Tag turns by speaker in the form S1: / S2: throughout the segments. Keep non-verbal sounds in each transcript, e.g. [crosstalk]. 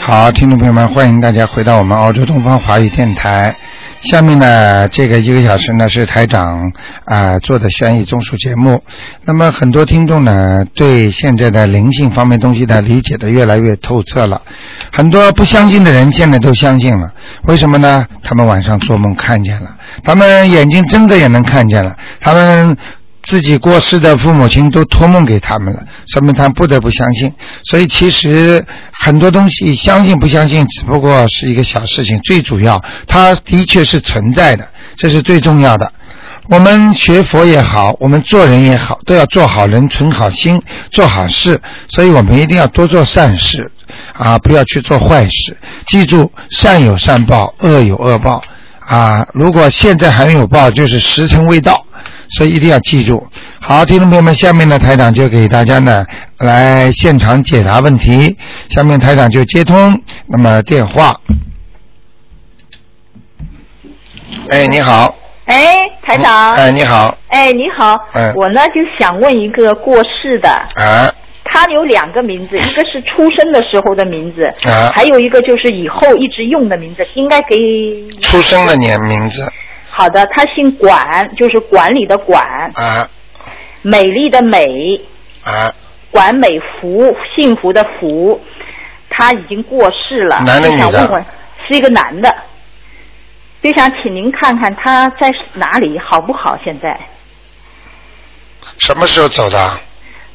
S1: 好，听众朋友们，欢迎大家回到我们澳洲东方华语电台。下面呢，这个一个小时呢是台长啊、呃做的悬疑综述节目。那么很多听众呢，对现在的灵性方面东西呢理解的越来越透彻了。很多不相信的人现在都相信了，为什么呢？他们晚上做梦看见了，他们眼睛睁着也能看见了，他们自己过世的父母亲都托梦给他们了，说明他们不得不相信。所以其实很多东西相信不相信，只不过是一个小事情，最主要它的确是存在的，这是最重要的。我们学佛也好，我们做人也好，都要做好人，存好心，做好事。所以我们一定要多做善事啊，不要去做坏事。记住，善有善报，恶有恶报啊。如果现在还没有报，就是时辰未到。所以一定要记住。好，听众朋友们，下面呢，台长就给大家呢来现场解答问题。下面台长就接通那么电话。哎，你好，
S2: 哎，台长，
S1: 哎，你好，
S2: 哎，你好，
S1: 嗯
S2: 我呢就想问一个过世的，
S1: 啊
S2: 他有两个名
S1: [laughs]
S2: 字，一个是出生的时候的名字，
S1: 啊，
S2: 还有一个就是以后一直用的名字，应该给
S1: 出生的年名字
S2: 好的，他姓管，就是管理的管，
S1: 啊
S2: 美丽的美，
S1: 啊，
S2: 管美福，幸福的福，他已经过世了，
S1: 男的
S2: 就想
S1: 女的
S2: 问问，是一个男的，就想请您看看他在哪里好不好？现在
S1: 什么时候走的？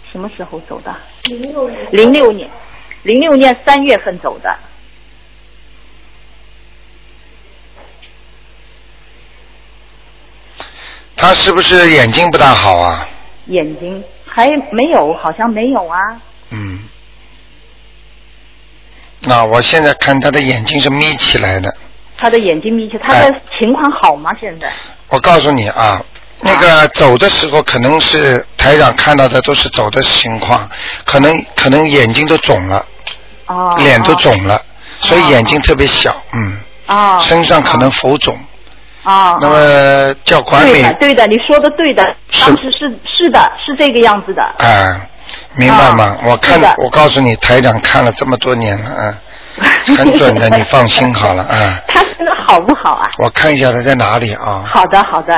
S2: 什么时候走的？零六年，零六年三月份走的。
S1: 他是不是眼睛不大好啊？
S2: 眼睛还没有，好像没有啊。
S1: 嗯。那我现在看他的眼睛是眯起来的，
S2: 他的眼睛眯起，他的情况好吗？现在
S1: 我告诉你啊，那个走的时候可能是台长看到的都是走的情况，可能可能眼睛都肿了，
S2: 哦，
S1: 脸都肿了，所以
S2: 哦
S1: 眼睛特别小，嗯，
S2: 啊，哦
S1: 身上可能浮肿。
S2: 啊，哦
S1: 那么叫管
S2: 对
S1: 美
S2: 的，对的，你说的对的，
S1: 是
S2: 当时是是的，是这个样子的，
S1: 啊，明白吗？
S2: 啊
S1: 我看
S2: 是的
S1: 我告诉你，台长看了这么多年了啊，很准的，你放心好了啊。
S2: [laughs] 他现在好不好啊？
S1: 我看一下他在哪里啊？
S2: 好的，好的，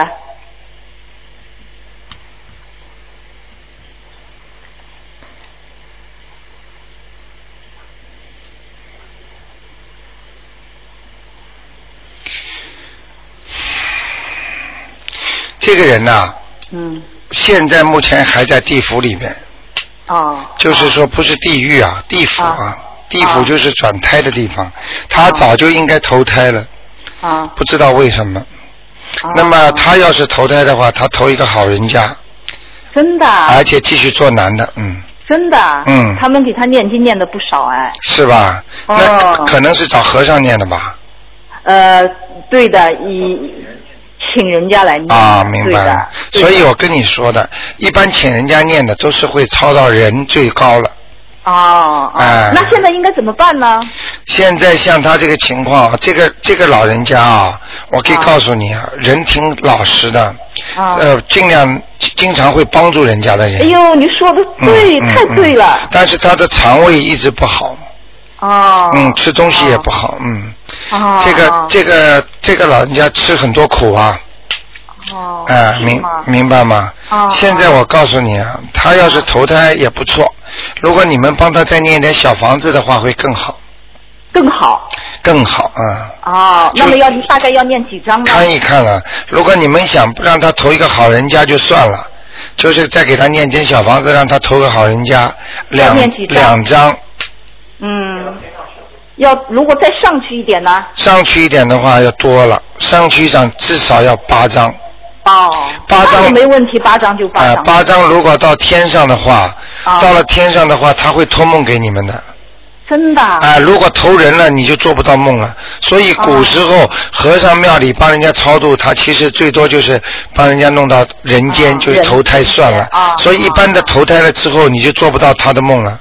S1: 这个人呐、
S2: 嗯，
S1: 现在目前还在地府里面，
S2: 哦，
S1: 就是说不是地狱啊，地府啊
S2: 啊，
S1: 地府就是转胎的地方，他早就应该投胎了，
S2: 啊，
S1: 不知道为什么。
S2: 啊
S1: 那么他要是投胎的话，他投一个好人家，
S2: 真的啊，
S1: 而且继续做男的，嗯，
S2: 真的啊，
S1: 嗯
S2: 他们给他念经念的不少哎，
S1: 是吧？
S2: 哦
S1: 那可可能是找和尚念的吧？
S2: 呃，对的，以请人家来念
S1: 啊，明白了
S2: 了。。嗯对的
S1: 所以我跟你说的，一般请人家念的都是会超到人最高了。
S2: 哦，哦
S1: 哎
S2: 那现在应该怎么办呢？
S1: 现在像他这个情况，这个这个老人家啊，我可以
S2: 啊
S1: 告诉你啊，人挺老实的，
S2: 啊，
S1: 呃，尽量经常会帮助人家的人。
S2: 哎呦，你说的
S1: 嗯
S2: 对，
S1: 嗯
S2: 太对了
S1: 嗯。但是他的肠胃一直不好，
S2: 哦，
S1: 嗯，吃东西也不好，嗯，
S2: 哦，
S1: 这个这个这个老人家吃很多苦啊，
S2: 哦，
S1: 啊，
S2: 是
S1: 明
S2: 吗
S1: 明白吗？
S2: 哦
S1: 现在我告诉你啊，他要是投胎也不错，如果你们帮他再念一点小房子的话，会更好，
S2: 更好
S1: 更好啊、
S2: 哦。
S1: 就
S2: 那么要大概要念几张
S1: 嗯！
S2: 呢？
S1: 看一看了，如果你们想让他投一个好人家就算了，就是再给他念点小房子，让他投个好人家，两
S2: 念几张
S1: 两张
S2: 嗯，要如果再上去一点呢？
S1: 上去一点的话要多了，上去一张至少要八张。
S2: 哦，
S1: 八张
S2: 那没问题，八张就
S1: 啊、
S2: 八张。
S1: 八张如果到天上的话，
S2: 啊
S1: 到了天上的话，他会托梦给你们的。
S2: 真的啊。
S1: 啊，如果投人了，你就做不到梦了。所以古时候、
S2: 啊
S1: 和尚庙里帮人家超度，他其实最多就是帮人家弄到人间，
S2: 啊
S1: 就是投胎算了。
S2: 啊
S1: 所以一般的投胎了之后，你就做不到他的梦了。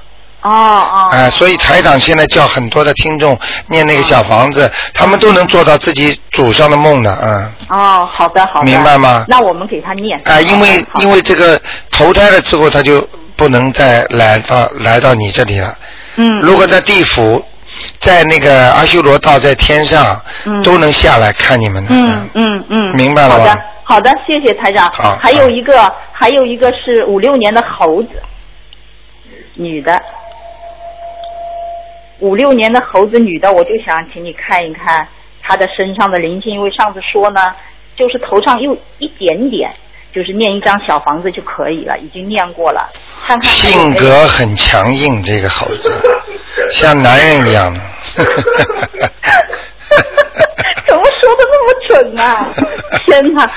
S2: 哦哦。
S1: 啊，所以台长现在叫很多的听众念那个小房
S2: 啊
S1: 子，他们都能做到自己祖上的梦的。啊，
S2: 哦，好的好的。
S1: 明白吗
S2: 那我们给他念。哎
S1: 啊，因为
S2: 好的
S1: 因为这个投胎了之后，他就不能再来到来到你这里了。
S2: 嗯，
S1: 如果在地府，在那个阿修罗道在天上、
S2: 嗯
S1: 都能下来看你们的。
S2: 嗯嗯嗯，
S1: 明白了
S2: 好
S1: 吧
S2: 的，好的，谢谢台长。
S1: 好
S2: 还有一个，还有一个是五六年的猴子，女的，五六年的猴子女的，我就想请你看一看她的身上的灵性，因为上次说呢，就是头上又一点点，就是念一张小房子就可以了，已经念过了，看看她有没
S1: 性
S2: 有
S1: 格很强硬，这个猴子像男人一样的。
S2: [laughs] 怎么说的那么准啊？天哪！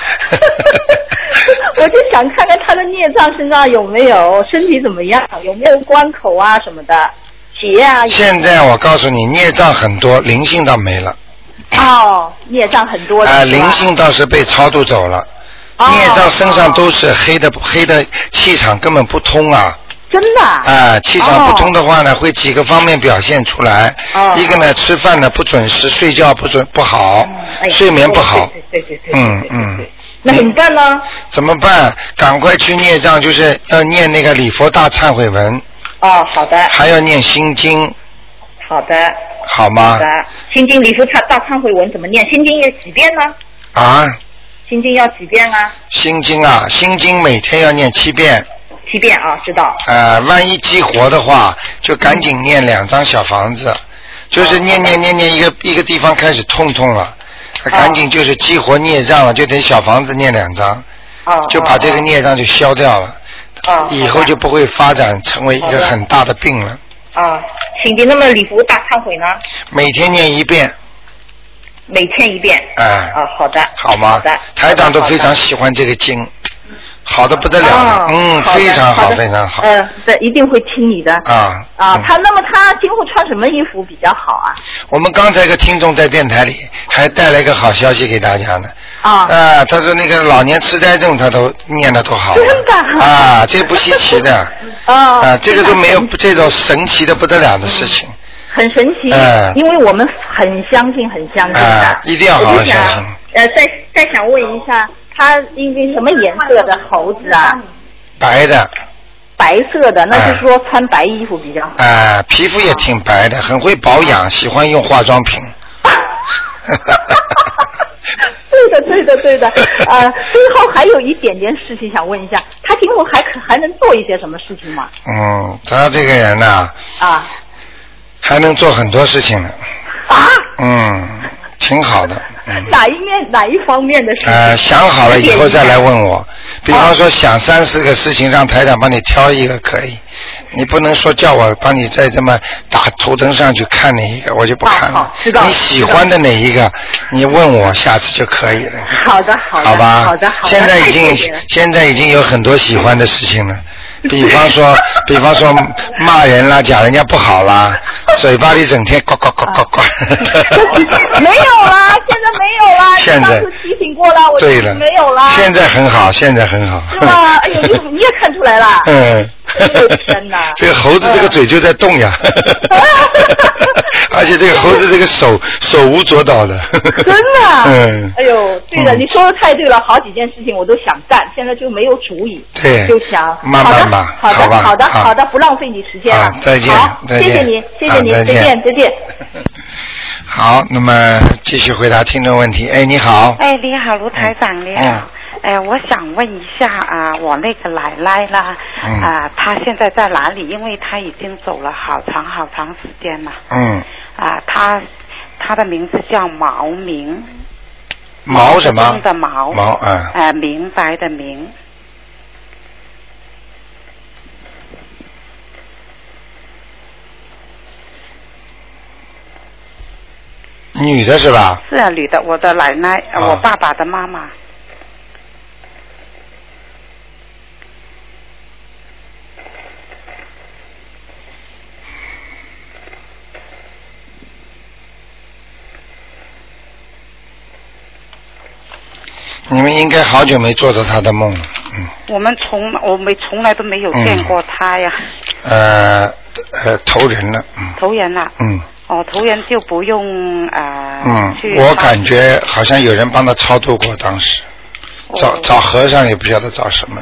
S2: [laughs] 我就想看看他的孽障身上有没有，身体怎么样，有没有关口啊什么的，结啊。
S1: 现在我告诉你，孽障很多，灵性倒没了
S2: 哦，孽障很多
S1: 啊、
S2: 的是吧
S1: 灵性倒是被超度走了。
S2: 哦
S1: 孽障身上都是黑的，黑的气场根本不通啊！
S2: 真的啊
S1: 啊、气场不通的话呢，会几个方面表现出来。
S2: 哦
S1: 一个呢，吃饭呢不准时，睡觉不准不好，
S2: 哎呀
S1: 睡眠不好。
S2: 对对对对对
S1: 嗯
S2: 对对对
S1: 嗯
S2: 对，那怎么办呢？
S1: 怎么办？赶快去念障，就是要念那个礼佛大忏悔文，
S2: 哦，好的，
S1: 还要念心经，
S2: 好
S1: 啊
S2: 的，
S1: 好
S2: 好
S1: 吗
S2: 的？。心经离佛忏大忏悔文怎么念？心经要几遍呢？
S1: 啊，
S2: 心经要几遍啊？
S1: 心经啊，心经每天要念七遍。
S2: 七遍啊，知道。
S1: 呃，万一激活的话，就赶紧念两张小房子，就是念念念
S2: 嗯
S1: 念一个一个地方开始痛痛了，
S2: 哦
S1: 赶紧就是激活孽障了，就得小房子念两张，
S2: 哦，
S1: 就把这个孽障就消掉了，
S2: 哦，
S1: 以后就不会发展成为一个很大的病了。
S2: 啊，心经那么礼佛大忏悔呢？
S1: 每天念一遍，
S2: 每天一遍。
S1: 哎、
S2: 啊，好的。
S1: 好吗
S2: 好的。？
S1: 台长都非常
S2: 喜
S1: 喜欢这个经，好的不得
S2: 欢
S1: 了了，嗯，非常好，非常好，
S2: 嗯，对，一定会听你的。
S1: 啊
S2: 啊
S1: 嗯，
S2: 他那么他今后穿什么衣服比较好啊？
S1: 我们刚才一个听众在电台里还带来一个好消息给大家呢。
S2: 啊，
S1: 啊，他说那个老年痴呆症，他都念的都好了。
S2: 真的
S1: 啊，这不稀奇的。
S2: [laughs] 哦
S1: 啊，这个都
S2: [laughs]
S1: 没有这种神奇的不得了的事情。
S2: 很神奇
S1: 哎，
S2: 因为我们很相信，很相信
S1: 哎
S2: 的。
S1: 一定要好好
S2: 我就
S1: 相
S2: 想
S1: 信，
S2: 呃，再再想问一下，他应该什么颜色的猴子啊？
S1: 白的，
S2: 白色的，那
S1: 哎
S2: 就说穿白衣服比较好。
S1: [laughs]
S2: [laughs]
S1: 啊，皮肤也挺白的，很会保养，喜欢用化妆品。
S2: 对的，对的，对的。呃，最后还有一点点事情想问一下，他今后还可还能做一些什么事情吗？
S1: 嗯，他这个人呐、
S2: 啊
S1: 还能做很多事情呢。
S2: 啊！
S1: 嗯，挺好的。嗯。
S2: 哪一面哪一方面的事情？
S1: 呃，想好了以后再来
S2: 有点
S1: 问我。比方说想三四个事情，让台长帮你挑一个可以。你不能说叫我帮你再这么打头灯上去看哪一个，我就不看
S2: 好
S1: 了
S2: 好。知道
S1: 你喜欢的哪一个，你问我下次就可以了。
S2: 好的好的
S1: 吧。
S2: 好的好的
S1: 现在已
S2: 太谢
S1: 经
S2: 谢了
S1: 现在已经有很多喜欢的事情了。比方
S2: [laughs]
S1: 说，比方说骂人啦，讲人家不好啦，嘴巴里整天呱呱呱呱呱。
S2: [laughs] 没有
S1: [laughs]
S2: 啦，现在没有啦。
S1: 现在
S2: 你上次提醒过了，我就
S1: 对了，
S2: 没有啦。
S1: 现在很好，现在很好。
S2: 是
S1: [laughs]
S2: 吗？哎呦，你怎么你也看出来了。
S1: 嗯
S2: 哎呦天哪
S1: [laughs] ！这个猴子这个嘴就在动
S2: [laughs]
S1: 呀，而且这个猴子这个手手舞足蹈的。
S2: 真的啊。
S1: 嗯。
S2: 哎呦，对的，
S1: 嗯
S2: 你说的太对了，好几件事情我都想干，现在就没有主意。
S1: 对
S2: 就想
S1: 慢慢吧
S2: 好
S1: 好
S2: 的，
S1: 吧
S2: 好的，好的，
S1: 啊
S2: 好的，不浪费你时间了
S1: 啊。再见
S2: 好，
S1: 再
S2: 谢
S1: 见
S2: 谢你，谢谢你，
S1: 啊再
S2: 再
S1: 见
S2: 见，再见。
S1: [laughs] 好，那么继续回答听众问题。哎，你好。
S3: 哎，你好，卢台长，你好。
S1: 嗯
S3: 哎，我想问一下啊、我那个奶奶啦，
S1: 嗯
S3: 啊、她现在在哪里？因为她已经走了好长好长时间了。
S1: 嗯，
S3: 啊、她她的名字叫毛明，
S1: 毛什么
S3: 毛泽东？的毛
S1: 毛啊，
S3: 呃，明白的明。
S1: 女的是吧？
S3: 是啊，女的，我的奶奶，呃
S1: 啊
S3: 我爸爸的妈妈。
S1: 你们应该好久没做到她的梦了。嗯，
S3: 我们从我们从来都没有见过她呀，
S1: 呃呃，投人了。嗯
S3: 投人了。
S1: 嗯
S3: 哦，投人就不用啊、呃
S1: 嗯
S3: 去，
S1: 我
S3: 帮
S1: 感觉好像有人帮她超度过，当时。找
S3: 哦
S1: 找和尚也不晓得找什么，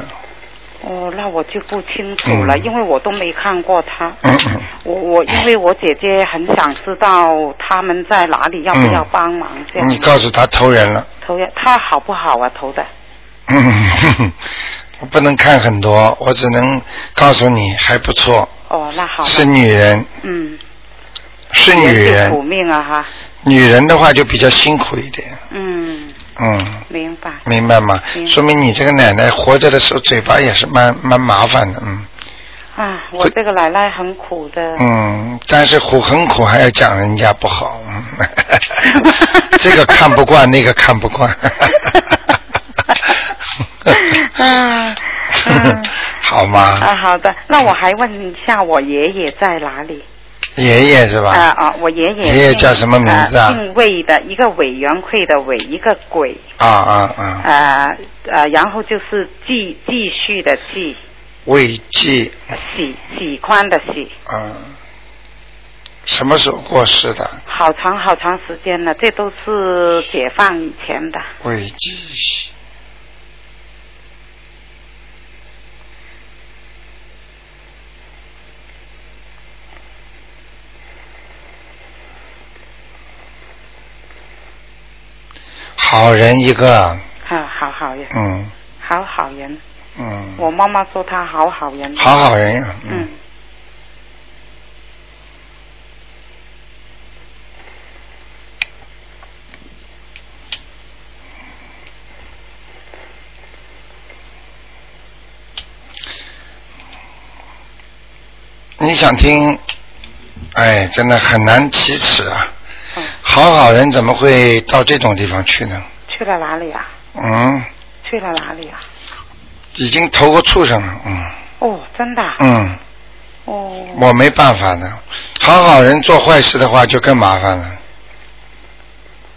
S3: 哦，那我就不清楚了，
S1: 嗯
S3: 因为我都没看过他。
S1: 嗯嗯
S3: 我我因为我姐姐很想知道他们在哪里，要不要帮忙这样。
S1: 你嗯告诉他投人了，
S3: 投呀，他好不好啊？投的
S1: 嗯， [laughs] 哼哼我不能看很多，我只能告诉你还不错，
S3: 哦，那好吧，
S1: 是女人，
S3: 嗯，
S1: 是女
S3: 人苦
S1: 人，
S3: 命啊哈，
S1: 女人的话就比较辛苦一点，
S3: 嗯，
S1: 嗯。
S3: 明白，
S1: 明白吗？
S3: 明白
S1: 说明你这个奶奶活着的时候嘴巴也是蛮蛮麻烦的，嗯
S3: 啊，我
S1: 会
S3: 这个奶奶很苦的，
S1: 嗯，但是苦很苦还要讲人家不好，嗯
S3: [laughs]
S1: 这个看不惯，那个看不惯。
S3: [laughs] 嗯嗯
S1: [laughs] 好吗？
S3: 啊，好的，那我还问一下，我爷爷在哪里？
S1: 爷爷是吧？
S3: 啊啊，我爷爷
S1: 爷爷
S3: 姓
S1: 叫什么名字啊
S3: 呃姓魏的，一个委员会的委，一个鬼，
S1: 啊啊啊！
S3: 呃呃，然后就是继继续的继，呃
S1: 魏记，
S3: 喜喜欢的喜，
S1: 嗯，什么时候过世的？
S3: 好长好长时间了，这都是解放以前的。
S1: 魏记，好人一个，
S3: 啊，好好人，
S1: 嗯
S3: 好好人。
S1: 嗯，
S3: 我妈妈说她好好人。
S1: 好好人呀、
S3: 嗯，
S1: 你想听？哎，真的很难启齿啊！
S3: 嗯
S1: 好好人怎么会到这种地方去呢？
S3: 去了哪里啊？
S1: 嗯，
S3: 去了哪里啊？
S1: 已经投过畜生了，嗯
S3: 哦，真的啊。
S1: 嗯，
S3: 哦，
S1: 我没办法的。好好人做坏事的话就更麻烦了，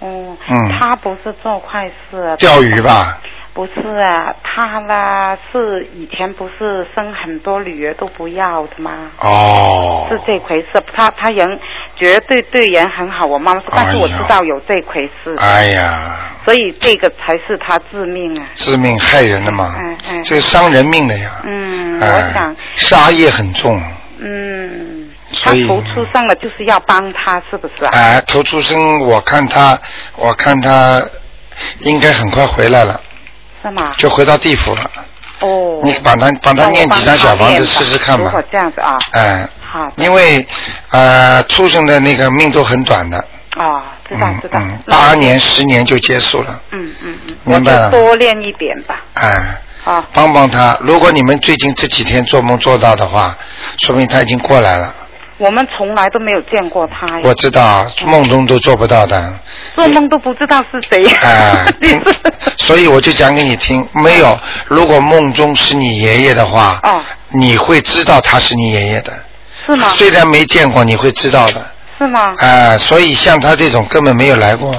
S3: 哦，
S1: 嗯
S3: 他不是做坏事啊，
S1: 钓鱼吧？
S3: 不是啊，他呢是以前不是生很多女儿都不要的吗？
S1: 哦，
S3: 是这回事，他他人绝对对人很好，我妈妈说，但是我
S1: 哎
S3: 知
S1: 呀
S3: 道有这回事，
S1: 哎呀，
S3: 所以这个才是他致命啊。
S1: 致命害人的嘛，
S3: 嗯嗯
S1: 这个伤人命的呀。
S3: 嗯，
S1: 哎
S3: 我想，
S1: 杀业很重，
S3: 嗯，他
S1: 所以
S3: 投出生了就是要帮他，是不是啊？
S1: 哎，头出生，我看他，我看他应该很快回来了，
S3: 是吗？
S1: 就回到地府了。
S3: 哦，
S1: 你把他把
S3: 那
S1: 他
S3: 我
S1: 念
S3: 帮
S1: 几张小房
S3: 念
S1: 子试
S3: 吧
S1: 试看
S3: 如
S1: 吧
S3: 果，这样子啊，
S1: 哎，
S3: 好的，
S1: 因为呃，出生的那个命都很短的，
S3: 哦，知道
S1: 嗯
S3: 知道
S1: 嗯，，
S3: 那
S1: 八年十年就结束了，
S3: 嗯嗯嗯，
S1: 明白了
S3: 我就多练一点吧，
S1: 哎，
S3: 啊，
S1: 帮帮他。如果你们最近这几天做梦做到的话，说明他已经过来了。
S3: 我们从来都没有见过他呀
S1: 我，知道啊梦中都做不到的，
S3: 做梦都不知道是谁， [laughs]
S1: 哎
S3: 你是，
S1: 所以我就讲给你听，没有。如果梦中是你爷爷的话，
S3: 哦，
S1: 你会知道他是你爷爷的。
S3: 是吗？
S1: 虽然没见过，你会知道的。
S3: 是吗？
S1: 啊、所以像他这种根本没有来过。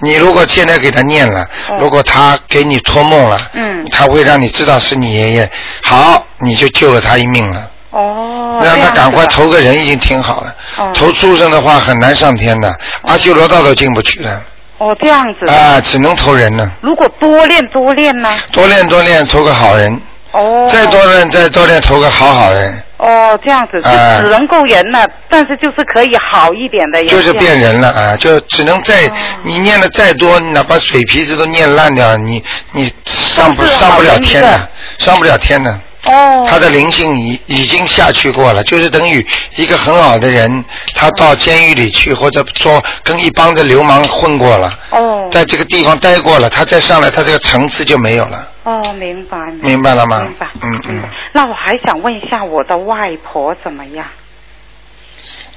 S1: 你如果现在给他念了，
S3: 嗯
S1: 如果他给你托梦了，
S3: 嗯
S1: 他会让你知道是你爷爷，好，你就救了他一命了。
S3: 哦，
S1: 让
S3: 这
S1: 他
S3: 样
S1: 赶
S3: 子
S1: 快
S3: 的
S1: 投个人已经挺好了。
S3: 嗯
S1: 投畜生的话很难上天的，阿修罗道都进不去的，啊、啊
S3: 哦，这样哦子的。
S1: 只能投人了。
S3: 如果多练多练呢？
S1: 多练多练，投个好人，
S3: 哦，
S1: 再多练再多练，投个好好人，
S3: 哦，这样子就
S1: 哎
S3: 只能够人了，但是就是可以好一点的人，
S1: 就是
S3: 哎这样
S1: 变人了啊！就只能再
S3: 哦
S1: 你念的再多，你哪怕水皮子都念烂掉，你你上不
S3: 都是
S1: 上不了
S3: 好人
S1: 天
S3: 一个
S1: 的，上不了天的。
S3: 哦，
S1: 他的灵性已已经下去过了，就是等于一个很好的人，他到监狱里去或者做跟一帮子流氓混过了，
S3: 哦
S1: 在这个地方待过了，他再上来，他这个层次就没有了，
S3: 哦，明白
S1: 明白了吗？
S3: 明白
S1: 嗯
S3: 明白
S1: 嗯，。
S3: 那我还想问一下我的外婆怎么样？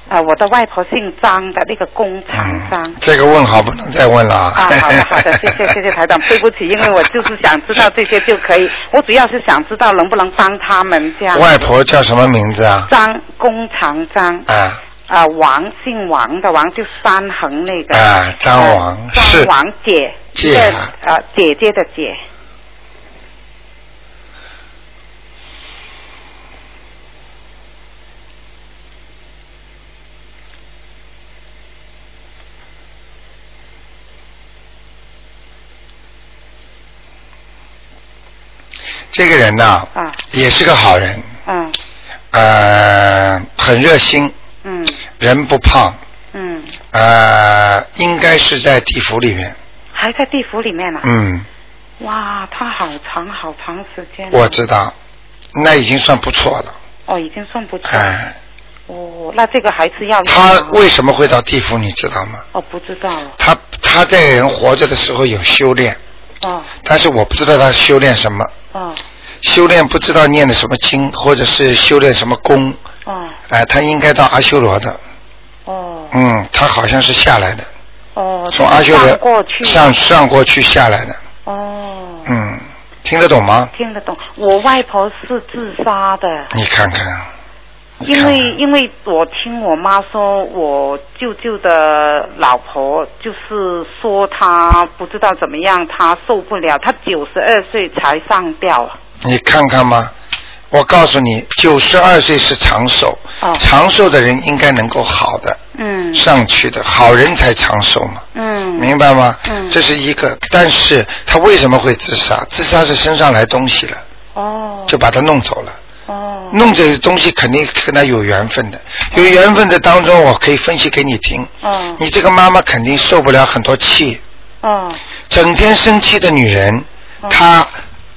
S3: 啊、我的外婆姓张的，那个工厂张。
S1: 嗯，这个问好不能再问了啊
S3: 啊，好
S1: [laughs]
S3: 的好的，谢谢谢谢台长，对不起，因为我就是想知道这些就可以，啊我主要是想知道能不能帮他们这样。
S1: 外婆叫什么名字啊？
S3: 张工厂张
S1: 啊，
S3: 啊、王姓王的王就三横那个
S1: 啊张王
S3: 呃
S1: 是
S3: 张王姐
S1: 姐
S3: 这
S1: 啊
S3: 呃姐姐的姐
S1: 这这个人呐、
S3: 啊，
S1: 也是个好人，
S3: 嗯
S1: 呃，很热心，
S3: 嗯
S1: 人不胖，
S3: 嗯，
S1: 呃，应该是在地府里面。
S3: 还在地府里面呢、
S1: 嗯，
S3: 哇，他好长好长时间了。啊
S1: 我知道，那已经算不错了。
S3: 哦，已经算不错。
S1: 哎，
S3: 哦，那这个还是要
S1: 他
S3: 用吗啊
S1: 为什么会到地府，你知道吗？
S3: 哦，不知道了。
S1: 他他在人活着的时候有修炼，
S3: 哦
S1: 但是我不知道他修炼什么，
S3: 哦
S1: 修炼不知道念的什么经，或者是修炼什么功。
S3: 哦
S1: 哎，他应该到阿修罗的。
S3: 哦
S1: 嗯，他好像是下来的，
S3: 哦，
S1: 从阿修罗
S3: 上过去
S1: 上上过去下来的。
S3: 哦，
S1: 嗯，听得懂吗？
S3: 听得懂。我外婆是自杀的，
S1: 你看看，你
S3: 因
S1: 看
S3: 为
S1: [laughs] 看
S3: 因为我听我妈说，我舅舅的老婆就是说她不知道怎么样，她受不了，她九十二岁才上吊。
S1: 你看看嘛，我告诉你，九十二岁是长寿，
S3: 哦
S1: 长寿的人应该能够好的
S3: 嗯
S1: 上去的，好人才长寿嘛，
S3: 嗯
S1: 明白吗？
S3: 嗯
S1: 这是一个，但是他为什么会自杀？自杀是身上来东西了，
S3: 哦
S1: 就把他弄走了。
S3: 哦
S1: 弄这些东西肯定跟他有缘分的，有缘分的当中，我可以分析给你听。
S3: 哦
S1: 你这个妈妈肯定受不了很多气，
S3: 哦
S1: 整天生气的女人，
S3: 哦
S1: 她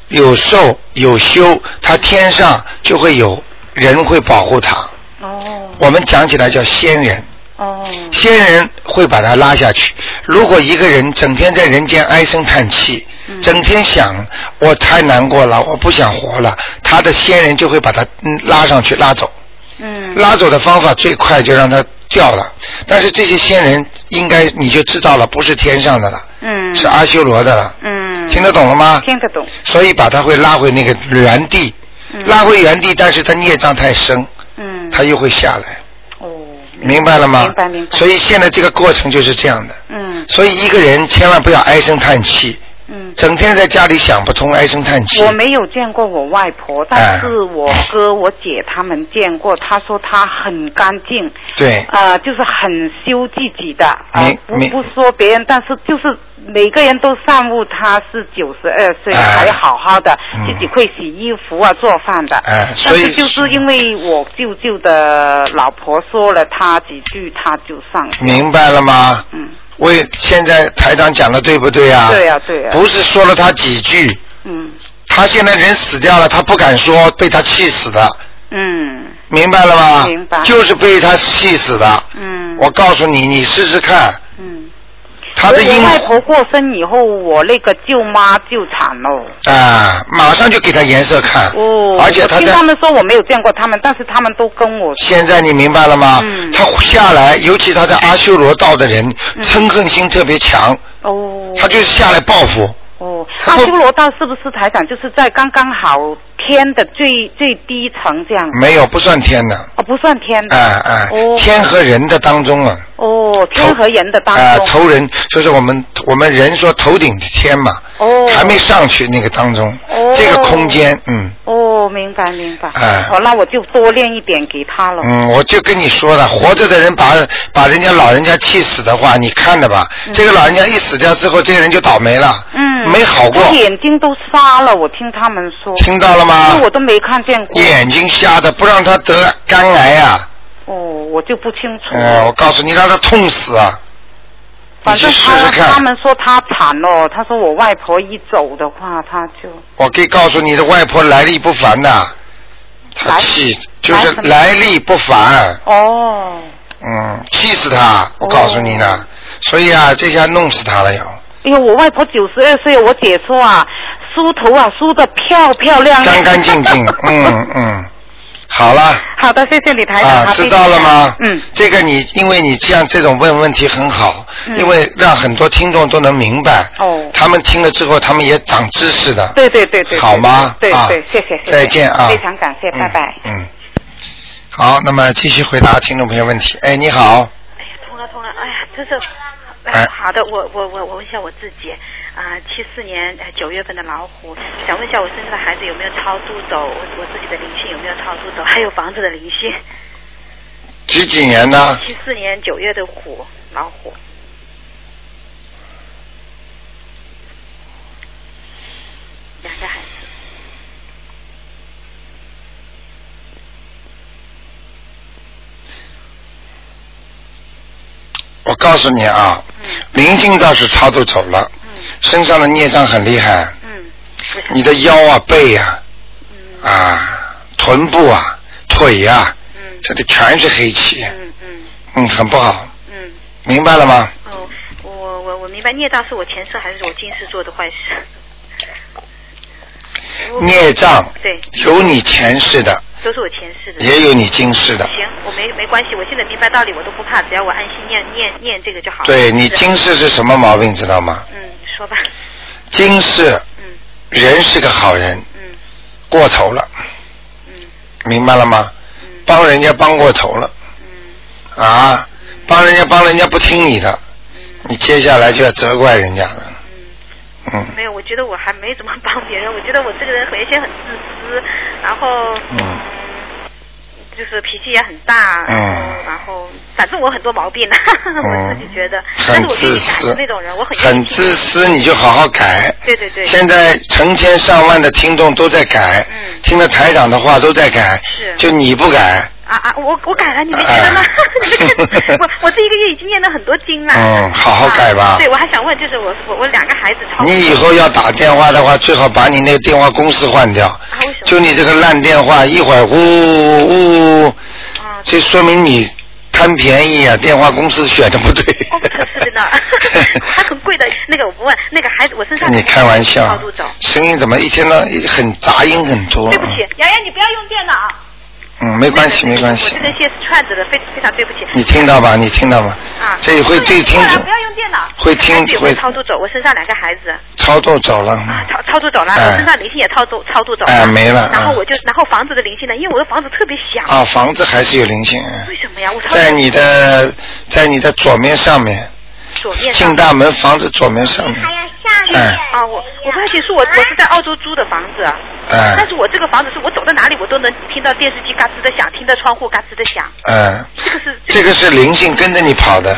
S1: 有寿有修，她天上就会有人会保护她。
S3: 哦
S1: 我们讲起来叫仙人，
S3: 哦
S1: 仙人会把她拉下去。如果一个人整天在人间唉声叹气，
S3: 嗯
S1: 整天想我太难过了，我不想活了，他的仙人就会把他嗯拉上去拉走。
S3: 嗯
S1: 拉走的方法最快就让他掉了，但是这些仙人应该你就知道了，不是天上的了，
S3: 嗯
S1: 是阿修罗的了。
S3: 嗯
S1: 听得懂啊了吗？
S3: 听得懂
S1: 所以把他会拉回那个原地，
S3: 嗯
S1: 拉回原地，但是他孽障太深，
S3: 嗯
S1: 他又会下来，
S3: 哦
S1: 明白了吗？
S3: 明白明白
S1: 所以现在这个过程就是这样的，
S3: 嗯
S1: 所以一个人千万不要唉声叹气，
S3: 嗯。
S1: 整天在家里想不通，唉声叹气
S3: 我。没有见过我外
S1: 哎
S3: 婆，但是我哥、我姐他们见过，他说他很干净，
S1: 对，
S3: 啊，就是很修自己的，啊
S1: 没，
S3: 不
S1: 没
S3: 不说别人，但是就是每个人都善恶，他是九十二岁、
S1: 哎
S3: 还好好的，
S1: 嗯
S3: 自己会洗衣服啊、做饭的。
S1: 哎所
S3: 但
S1: 以
S3: 是就是因为我舅舅的老婆说了他几句，他就上。
S1: 明白了吗？
S3: 嗯，
S1: 为现在台长讲的对不对啊？
S3: 对呀、对呀、
S1: 不是说了他几句，
S3: 嗯
S1: 他现在人死掉了，他不敢说，被他气死的，
S3: 嗯
S1: 明白了吗？
S3: 明白
S1: 就是被他气死的。
S3: 嗯。
S1: 我告诉你，你试试看，
S3: 嗯。
S1: 他的
S3: 我
S1: 阴
S3: 外婆过身以后，我那个舅妈就惨喽。
S1: 啊，马上就给他颜色看。
S3: 哦，
S1: 而且
S3: 我
S1: 他
S3: 听
S1: 在
S3: 他们说我没有见过他们，但是他们都跟我说，
S1: 现在你明白了吗？
S3: 嗯
S1: 他下来，尤其他在阿修罗道的人，
S3: 嗯
S1: 嗔恨心特别强，
S3: 哦，
S1: 他就是下来报复。
S3: 哦，
S1: 他
S3: 阿
S1: 不
S3: 修罗道是不是台长就是在刚刚好天的最最低层这样？
S1: 没有，不算天的，
S3: 哦，不算天的。
S1: 嗯哎、哎、
S3: 哦
S1: 天和人的当中啊。
S3: 哦，天和人的当
S1: 啊、
S3: 中。
S1: 头人就是我们我们人说头顶的天嘛，
S3: 哦。
S1: 还没上去那个当中，
S3: 哦
S1: 这个空间，嗯
S3: 哦，明白明白。
S1: 哎
S3: 哦，那我就多练一点给他了。
S1: 嗯，我就跟你说了，活着的人把把人家老人家气死的话，你看着吧，
S3: 嗯
S1: 这个老人家一死掉之后，这个人就倒霉了，
S3: 嗯。
S1: 没好过
S3: 他，眼睛都瞎了，我听他们说。
S1: 听到了吗
S3: 因哦为？我都没看见过。
S1: 眼睛瞎的，不让他得肝癌啊！
S3: 哦，我就不清楚。
S1: 嗯，我告诉你，让他痛死啊！
S3: 反正
S1: 你去试试
S3: 他
S1: 看
S3: 他们说他惨了，他说我外婆一走的话，他就
S1: 我可以告诉你的外婆来历不凡呐、他
S3: 来
S1: 气就是
S3: 来什么
S1: 来历不凡。
S3: 哦
S1: 嗯，气死他！我
S3: 哦
S1: 告诉你呢，所以啊，这下弄死他了要，
S3: 因为哎我外婆九十二岁，我姐说啊，梳头啊梳的漂漂亮亮，
S1: 干干净
S3: [laughs]
S1: 净。嗯。嗯，好了
S3: 好的，谢谢李台长，
S1: 啊，
S3: 好
S1: 知道了吗？
S3: 谢谢嗯，
S1: 这个你，因为你这样这种问问题很好，
S3: 嗯
S1: 因为让很多听众都能明白。
S3: 哦
S1: 他们听了之后，他们也长知识的。
S3: 对对对对，对
S1: 好吗？
S3: 对
S1: 啊
S3: 对，谢谢，谢谢
S1: 再见啊！
S3: 非常感谢，拜拜。
S1: 嗯。嗯好，那么继续回答听众朋友问题。哎，你好，
S4: 哎呀，通了通了，哎呀，真是。
S1: 哎
S4: 好的，我我我我问一下我自己，啊、7七四年呃九月份的老虎，想问一下我身上的孩子有没有超度走，我我自己的灵性有没有超度走，还有房子的灵性。
S1: [laughs] 几几年呢？
S4: 七四年九月的虎，老虎，两个孩子，
S1: 告诉你啊，
S4: 嗯
S1: 灵性倒是超度走了，身上的孽障很厉害，
S4: 嗯，
S1: 你的腰啊、背啊、啊、臀部啊、腿啊，这里全是黑气，
S4: 嗯嗯
S1: 嗯，很不好，
S4: 嗯，
S1: 明白了吗？
S4: 哦，我我我明白，孽障是我前世还是我今世做的坏事？我
S1: 孽障
S4: 对，
S1: 有你前世的，
S4: 都是我前世的。
S1: 也有你今世的。
S4: 行，我没没关系，我现在明白道理，我都不怕，只要我安心念念念这个就好了。
S1: 对你
S4: 啊是
S1: 今世是什么毛病，知道吗？
S4: 嗯，说吧，
S1: 今世
S4: 嗯
S1: 人是个好人，
S4: 嗯
S1: 过头了，
S4: 嗯
S1: 明白了吗？
S4: 嗯
S1: 帮人家帮过头了
S4: 嗯
S1: 啊，帮人家帮人家不听你的，
S4: 嗯
S1: 你接下来就要责怪人家了，
S4: 嗯，
S1: 嗯。
S4: 没有，我觉得我还没怎么 [laughs] 帮别人，我觉得我这个人原先很自私，然后
S1: 嗯
S4: 就是脾气也很大，
S1: 嗯哦
S4: 然后然后反正我很多毛病呢， [laughs] 我自己觉得，
S1: 很
S4: 但是
S1: 自
S4: 我自己改
S1: 私
S4: 的，那种人，我很愿
S1: 很
S4: 意听
S1: 自私，你就好好改。
S4: 对对对
S1: 现在成千上万的听众都在改，
S4: 嗯
S1: 听了台长的话都在改，
S4: 是
S1: 就你不改，
S4: 啊啊，我我改了，你没觉 [laughs] 得吗？
S1: [laughs] 哎
S4: 我我这一个月已经念了很多经了。
S1: 嗯好好改吧
S4: 啊对，我还想问，就是我我我两个孩子超。
S1: 你以后要打电话的话，最好把你那个电话公司换掉。
S4: 啊为什么
S1: 就你这个烂电话，一会儿呜呜呜，
S4: 啊，
S1: 这说明你贪便宜啊，电话公司选的不对。
S4: 哦，是的呢，
S1: [laughs]
S4: [laughs] 还很贵的。那个我不问，那个孩子我身上。
S1: 跟你开玩笑
S4: 超度走。，
S1: 声音怎么一天到很杂音很多？啊
S4: 对不起，洋洋，你不要用电脑。
S1: 嗯，没哦关系，没关系。
S4: 我这个线是串着的，非非常对不起。
S1: 你听到吧？你听到吗？
S4: 啊，
S1: 这会对听
S4: 不要
S1: 众
S4: 不要用电脑。
S1: 会听
S4: 孩子也
S1: 会
S4: 会超度走，我身上两个孩子。
S1: 操作走了。
S4: 啊，超超度走了，
S1: 哎
S4: 我身上灵性也超度超度走了，
S1: 哎没了
S4: 然后
S1: 嗯
S4: 我就，然后房子的灵性呢，因为我的房子特别小，
S1: 啊，房子还是有灵性。嗯
S4: 为什么呀？我超
S1: 在你的在你的左面上面，
S4: 左面
S1: 进
S4: 上
S1: 大门房子左面上面。哎
S4: 啊，我我不要紧，是我我是在澳洲租的房子，但
S1: 哎
S4: 是我这个房子是我走到哪里我都能听到电视机嘎吱的响，听到窗户嘎吱的响，
S1: 哎，
S4: 这个是
S1: 这个是灵性跟着你跑的，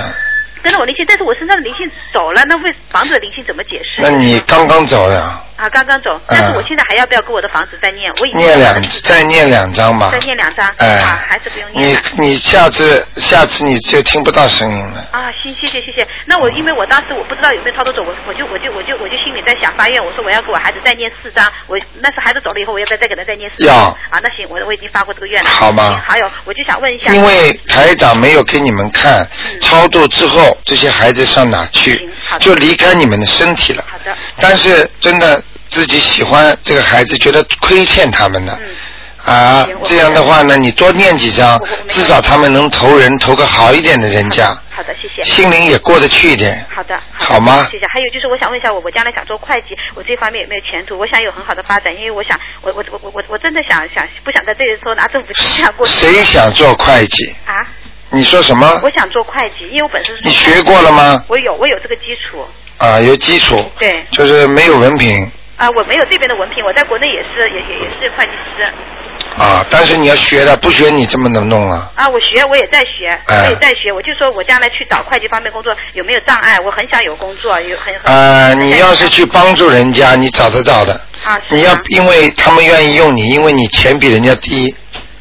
S4: 跟着我灵性，但是我身上的灵性走了，那为房子的灵性怎么解释？
S1: 那你刚刚走呀，
S4: 啊，刚刚走，但是我现在还要不要给我的房子再念？我已经
S1: 念两再念两张吧
S4: 再。念两张，啊，
S1: 哎
S4: 还是不用，念
S1: 你
S4: 了。
S1: 你下次下次你就听不到声音了。
S4: 啊，行，谢谢谢谢。那我因为我当时我不知道有没有操作走，我我就我就我就我就心里在想发愿，我说我要给我孩子再念四张，我那是孩子走了以后，我要不要再给他再念四张？
S1: 要
S4: 啊，那行，我我已经发过这个愿了。
S1: 好吗
S4: 行还有，我就想问一下，
S1: 因为台长没有给你们看超度之后，这些孩子上哪去
S4: 嗯，好的
S1: 就离开你们的身体了。
S4: 好的，
S1: 但是真的自己喜欢这个孩子，觉得亏欠他们的。
S4: 嗯，
S1: 啊
S4: 行，我
S1: 这样的话呢，你多念几张
S4: 我我明，白
S1: 至少他们能投人，投个好一点的人家，
S4: 好的，谢谢。
S1: 心灵也过得去一点。
S4: 好的，的
S1: 好吗
S4: 谢谢。还有就是，我想问一下我，我将来想做会计，我这方面有没有前途？我想有很好的发展，因为我想，我我我我我我真的想想不想在这里说拿政府钱这样过去
S1: 谁想做会计？
S4: 啊？
S1: 你说什么
S4: 我？想做会计，因为我本身是
S1: 你学过了吗？
S4: 我有我有这个基础，
S1: 啊，有基础，
S4: 对。
S1: 就是没有文凭
S4: 啊，我没有这边的文凭，我在国内也是也也也是会计师
S1: 啊，但是你要学的，不学你这么能弄啊？
S4: 啊，我学我也在学，
S1: 哎
S4: 我也在学，我就说我将来去找会计方面工作有没有障碍？我很想有工作，有很很
S1: 呃，你要是去帮助人家，你找得到的。
S4: 啊，是
S1: 你要
S4: 吗
S1: 因为他们愿意用你，因为你钱比人家低，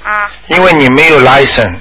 S4: 啊，
S1: 因为你没有 license，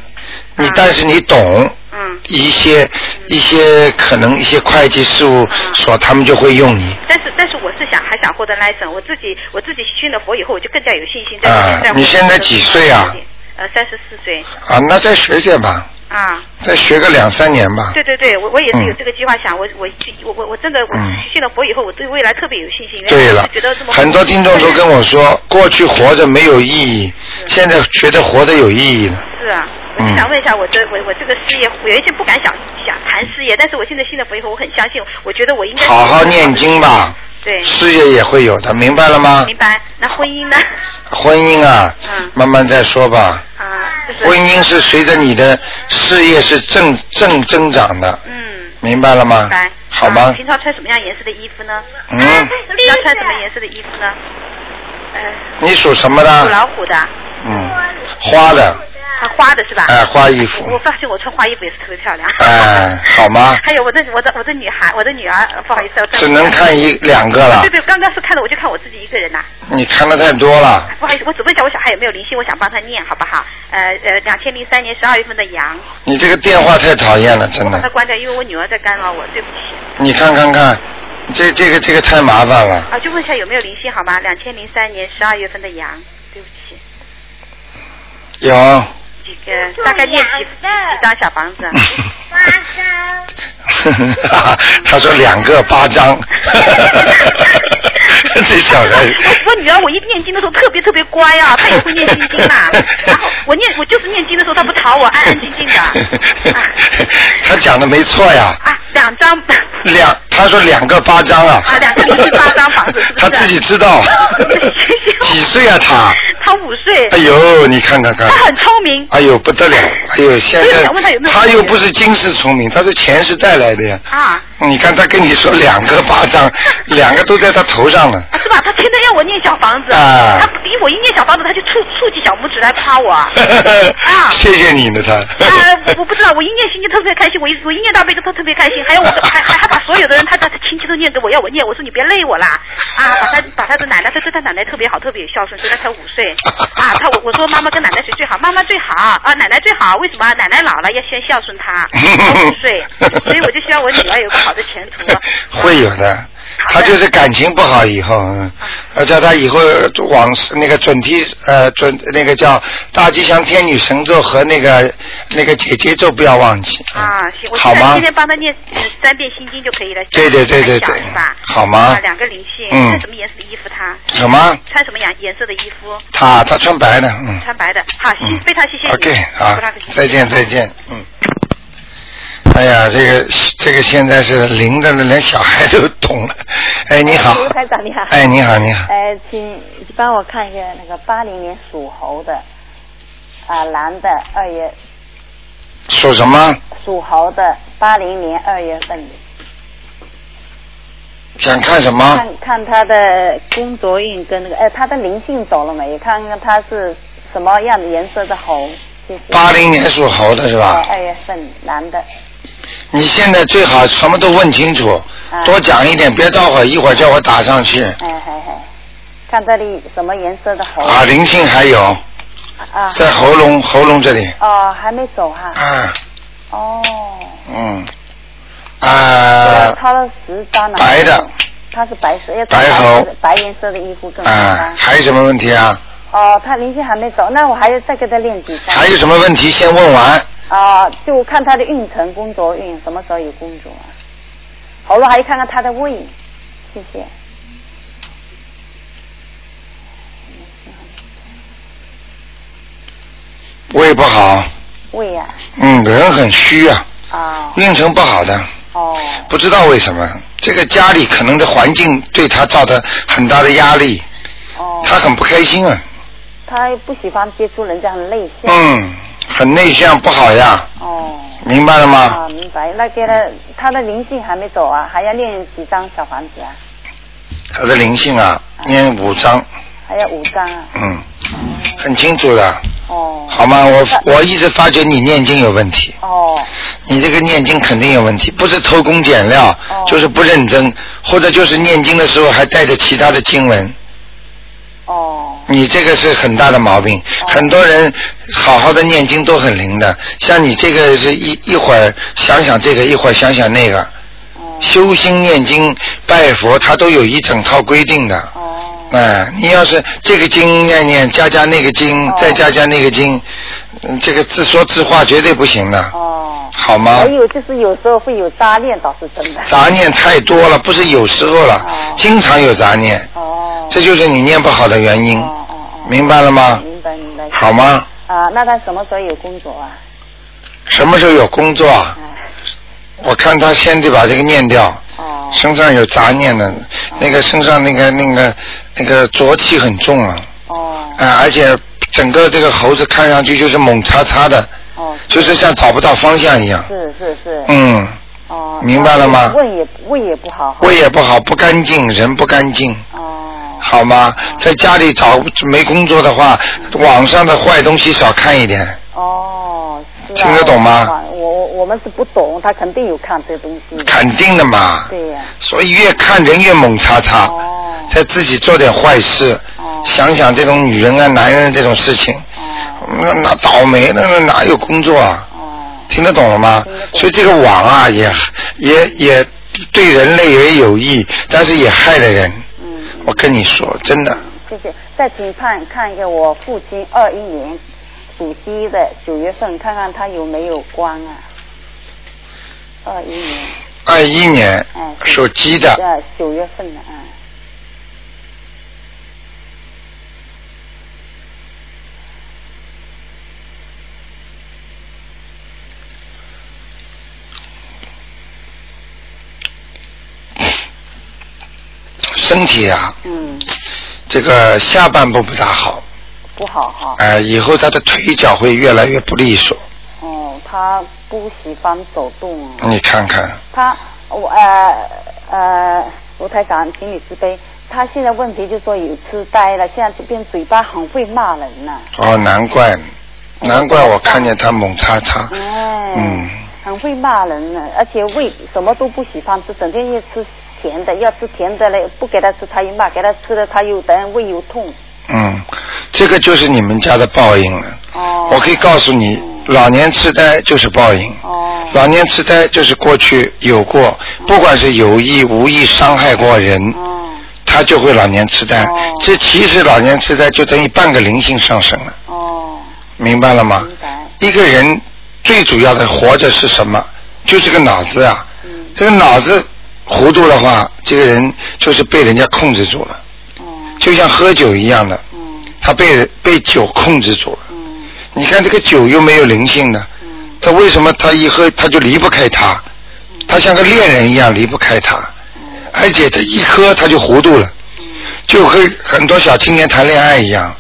S1: 你
S4: 啊
S1: 但是你懂
S4: 嗯，
S1: 一些一些可能一些会计事务
S4: 啊
S1: 所，他们就会用你。
S4: 但是但是我是想还想获得 license，我自己我自己信了佛以后，我就更加有信心。但是
S1: 啊
S4: 现在我
S1: 你现在几岁啊？
S4: 呃，三十四岁
S1: 啊，那再学学吧，
S4: 啊。
S1: 再学个两三年吧。
S4: 对对对，我我也是有
S1: 嗯
S4: 这个计划想，我我我我我真的我
S1: 嗯
S4: 信了佛以后，我对未来特别有信心。原来
S1: 对
S4: 我
S1: 了
S4: 就觉得这，么
S1: 很多听众都跟我说，过去活着没有意义，
S4: 嗯
S1: 现在觉得活着有意义了。
S4: 是啊，我
S1: 嗯
S4: 就想问一下我这我我这个事业，我原先不敢想想谈事业，但是我现在信了佛以后，我很相信，我觉得我应该
S1: 好好念嗯经吧，
S4: 对，
S1: 事业也会有的，明白了吗
S4: 明？白。那婚姻呢？
S1: 婚姻啊
S4: 嗯，
S1: 慢慢再说吧。
S4: 啊，就是
S1: 婚姻是随着你的事业是正正增长的，
S4: 嗯，
S1: 明白了吗
S4: 明白。？
S1: 好
S4: 啊
S1: 吗？
S4: 平常穿什么样颜色的衣服呢？
S1: 嗯
S4: 要穿什么颜色的衣服呢？呃，
S1: 你属什么
S4: 属
S1: 的？
S4: 老虎的。
S1: 嗯，花的，
S4: 啊，穿花的是吧？
S1: 哎、花衣服
S4: 我，我发现我穿花衣服也是特别漂亮。
S1: 哎、好吗？
S4: [laughs] 还有我的我的我的女孩，我的女儿，不好意思，我
S1: 只能看啊一两个了
S4: 对，对，刚刚是看了，我就看我自己一个人呐、
S1: 你看的太多了。
S4: 不好意思，我只问一下我小孩有没有灵性，我想帮他念，好不好？呃呃，两千零三年十二月份的羊，
S1: 你这个电话太讨厌了，真
S4: 把它
S1: 的。
S4: 关掉，因为我女儿在干扰我，对不起。
S1: 你看看看，这这个这个太麻烦了。
S4: 啊，就问一下有没有灵性好吗？两千零三年十二月份的羊，对不起，
S1: 有，
S4: 嗯几个大概念几几张小房子？
S1: [laughs]
S4: 啊
S1: 他说两个八
S4: [laughs]
S1: 张， [laughs] 这小孩
S4: 我我女儿，我一念经的时候特别特别乖啊，她也会念心经
S1: [laughs]
S4: 啦、然后我念，我就是念经的时候，她不吵我，安安静
S1: [laughs]
S4: 静的。啊
S1: 他讲的没错呀，
S4: 啊，两张啊，
S1: 两他说两个八张啊，
S4: 两个零八张房子，是不
S1: 他
S4: 是？，
S1: 自己知道几岁啊他？
S4: 她五岁，
S1: 哎呦，你看看看
S4: 她，很聪明。
S1: 哎呦不得了，哎呦现
S4: 所以我
S1: 在
S4: 想问他有没有
S1: 他又不是今世聪明，他是前世带来的呀。嗯
S4: 啊，
S1: 你看他跟你说两个巴掌，两个都在他头上了。
S4: 啊是吧？他天天让我念小房子，
S1: 啊
S4: 他逼我一念小房子，他就触触起小拇指来夸
S1: [laughs]
S4: 我。啊
S1: 谢谢你呢，他。
S4: 我不知道，我一念心经特别开心，我一我一念大悲咒都特别开心，还有我的还还还把所有的人他的亲戚都念给我，要我念，我说你别累我啦，啊，把他把他的奶奶，他对他奶奶特别好，特别孝顺，所以他才五岁，啊，他我我说妈妈跟奶奶谁最好？妈妈最好啊，奶奶最好，为什么？奶奶老了要先孝顺她，才五
S1: [laughs]
S4: 岁，哦所以我就希望我女儿有个好的前途。啊
S1: 会有的，他就是感情不好以后，嗯，
S4: 啊
S1: 呃，叫他以后往那个准提呃准那个叫大吉祥天女神咒和那个那个姐姐咒不要忘记。嗯
S4: 啊，行，我
S1: 好
S4: 现在
S1: 吗
S4: 天？天帮他念呃三遍心经就可以了。
S1: 对对对对
S4: 小
S1: 对嗯
S4: 是吧？
S1: 好吗
S4: 啊，两个灵性，
S1: 嗯
S4: 穿什么颜色的衣服他？
S1: 什么？
S4: 穿什么颜颜色的衣服？
S1: 他他穿白的，嗯。
S4: 穿白的。好，谢
S1: 嗯，
S4: 非常谢谢你。
S1: OK，好
S4: 布拉克先，生
S1: 再见，再。见，嗯。哎呀，这个这个现在是灵的了，连小孩都懂了。哎，你好。
S5: 卢台长你好
S1: 哎，你好，你好。
S5: 呃，请帮我看一个那个八零年属猴的，啊、男的，二月
S1: 属什么？
S5: 属猴的，八零年二月份，
S1: 想看什么？
S5: 看看他的工作运跟那个，呃，他的灵性走了没？看看他是什么样的颜色的猴，谢谢。
S1: 八零年属猴的是吧
S5: 呃？二月份，男的，
S1: 你现在最好什么都问清楚，
S5: 啊
S1: 多讲一点，别待会儿一会儿叫我打上去。
S5: 哎嘿嘿，看这里什么颜色的猴
S1: 啊，灵性还有
S5: 啊
S1: 在喉咙喉咙这里。
S5: 哦，还没走哈、
S1: 啊，
S5: 哦。
S1: 嗯，啊
S5: 他了十张了。
S1: 白的。
S5: 他是白色，要
S1: 白
S5: 穿
S1: 猴
S5: 色的白颜色的衣服更好
S1: 啊
S5: 看，。
S1: 还有什么问题啊？
S5: 哦，他灵性还没走，那我还要再给他练几张。
S1: 还有什么问题先问完。
S5: 啊、就看他的运程、工作运，什么时候有工作啊？好了，还要看看他的胃，谢谢。
S1: 胃不好，
S5: 胃啊，
S1: 嗯，人很虚啊，
S5: 啊、
S1: 运程不好的，
S5: 哦，
S1: 不知道为什么，这个家里可能的环境对他造成很大的压力，
S5: 哦，
S1: 他很不开心啊，
S5: 他不喜欢接触人家，很内向。
S1: 嗯，很内向，不好呀，
S5: 哦。
S1: 明白了吗？
S5: 啊，明白。那给他他的灵性还没走啊，还要练几张小房子啊？
S1: 他的灵性啊，念五章，
S5: 还要五张啊？
S1: 嗯，很清楚的，
S5: 哦。
S1: 好吗？我我一直发觉你念经有问题，
S5: 哦，
S1: 你这个念经肯定有问题，不是偷工减料
S5: 哦，
S1: 就是不认真，或者就是念经的时候还带着其他的经文，
S5: 哦，
S1: 你这个是很大的毛病，
S5: 哦
S1: 很多人好好的念经都很灵的，像你这个是一一会儿想想这个，一会儿想想那个，
S5: 哦，
S1: 修心念经拜佛，它都有一整套规定的。
S5: 哦，
S1: 哎，你要是这个经念念，加加那个经，
S5: 哦
S1: 再加加那个经，嗯这个自说自话绝对不行的，
S5: 哦。
S1: 好吗
S5: 还？有就是有时候会有杂念，倒是真的。
S1: 杂念太多了，不是有时候了，
S5: 哦
S1: 经常有杂念，
S5: 哦。
S1: 这就是你念不好的原因，
S5: 哦哦哦。
S1: 明白了吗？
S5: 明白明白。
S1: 好吗？
S5: 啊，那他什么时候有工作啊？
S1: 什么时候有工作啊？
S5: 哎，
S1: 我看他先得把这个念掉，
S5: 哦
S1: 身上有杂念的，那个身上那个那个那个浊气很重啊，
S5: 哦
S1: 啊，而且整个这个猴子看上去就是猛叉叉的，
S5: 哦。
S1: 就是像找不到方向一样。
S5: 是是是。。
S1: 嗯，
S5: 哦。
S1: 明白了吗
S5: 胃也胃也不好。
S1: 胃。也不好，不干净，人不干净，
S5: 哦。
S1: 好吗？在家里找没工作的话，网上的坏东西少看一点，
S5: 哦。知道。
S1: 听得懂吗
S5: 啊我我我们是不懂，他肯定有看这东西的。
S1: 肯定的嘛。
S5: 嗯对呀、
S1: 所以越看人越猛叉叉，
S5: 哦
S1: 在自己做点坏事，
S5: 哦
S1: 想想这种女人啊、男人这种事情，
S5: 哦
S1: 那那倒霉，那那哪有工作啊？
S5: 哦，
S1: 听得懂了吗
S5: 听得？懂
S1: 所以这个网啊，也也也对人类也有益，但是也害了人。
S5: 嗯，嗯
S1: 我跟你说，真的，
S5: 谢谢。再请看看一个我父亲二一年属鸡的九月份，看看他有没有光啊？二一年，
S1: 二一年
S5: 哎，是
S1: 属鸡的，
S5: 呃，九月份的啊。
S1: 身体啊，
S5: 嗯，
S1: 这个下半部不大好，
S5: 不好哈、
S1: 哎、以后他的腿脚会越来越不利索，
S5: 哦，他不喜欢走动啊。
S1: 你看看，
S5: 他我呃呃，卢台长，请你慈悲。他现在问题就说有痴呆了，现在就变嘴巴很会骂人了、
S1: 哦，难怪，难怪我看见他猛叉叉，
S5: 哎，
S1: 嗯，
S5: 很会骂人呢，而且胃什么都不喜欢吃，整天又吃甜的，要吃甜的嘞，不给他吃他又骂，给他吃了他又等下胃又痛。
S1: 嗯，这个就是你们家的报应了。
S5: 哦，
S1: 我可以告诉你，老年痴呆就是报应。
S5: 哦
S1: 老年痴呆就是过去有过，不管是有意无意伤害过人，
S5: 哦
S1: 他就会老年痴呆
S5: 哦。
S1: 这其实老年痴呆就等于半个灵性上升了，
S5: 哦，
S1: 明白了吗
S5: 明？白，
S1: 一个人最主要的活着是什么？就是个脑子啊。
S5: 嗯，
S1: 这个脑子糊涂的话，这个人就是被人家控制住了，
S5: 哦，
S1: 就像喝酒一样的，
S5: 嗯
S1: 他被人被酒控制住了。
S5: 嗯
S1: 你看这个酒又没有灵性的，
S5: 嗯
S1: 他为什么他一喝他就离不开他？他像个恋人一样离不开他，而且他一喝他就糊涂了，
S5: 嗯
S1: 就和很多小青年谈恋爱一样，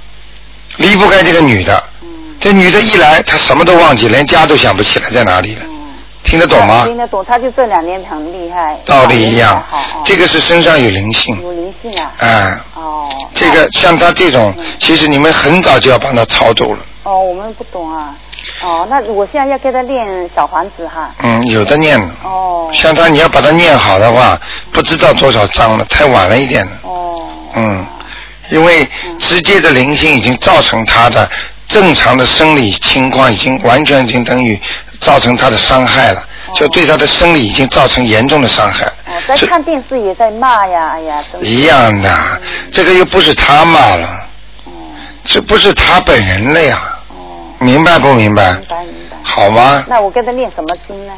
S1: 离不开这个女的。
S5: 嗯
S1: 这女的一来，他什么都忘记，连家都想不起来在哪里了，
S5: 嗯，
S1: 听得懂吗？
S5: 听得懂，他就这两年很厉害，
S1: 道理一样
S5: 好，哦、
S1: 这个是身上有灵性，
S5: 有灵性啊，
S1: 哎，
S5: 哦，
S1: 这个像他这种，
S5: 嗯
S1: 其实你们很早就要帮他超度了，
S5: 哦，我们不懂啊，哦，那我现在要给他练小房子哈，
S1: 嗯，有的念了。
S5: 哦，
S1: 像他，你要把它念好的话，不知道多少章了，太晚了一点了。
S5: 哦，
S1: 嗯，因为直接的灵性已经造成他的正常的生理情况，已经完全已经等于造成他的伤害了，就对他的生理已经造成严重的伤害。
S5: 哦，在
S1: 这
S5: 看电视也在骂呀，哎呀，真
S1: 一样的，这个又不是他骂了，
S5: 嗯，
S1: 这不是他本人了呀，
S5: 哦，
S1: 明白不明白
S5: 明？白明白。
S1: 好吗？
S5: 那我给他念什么经呢？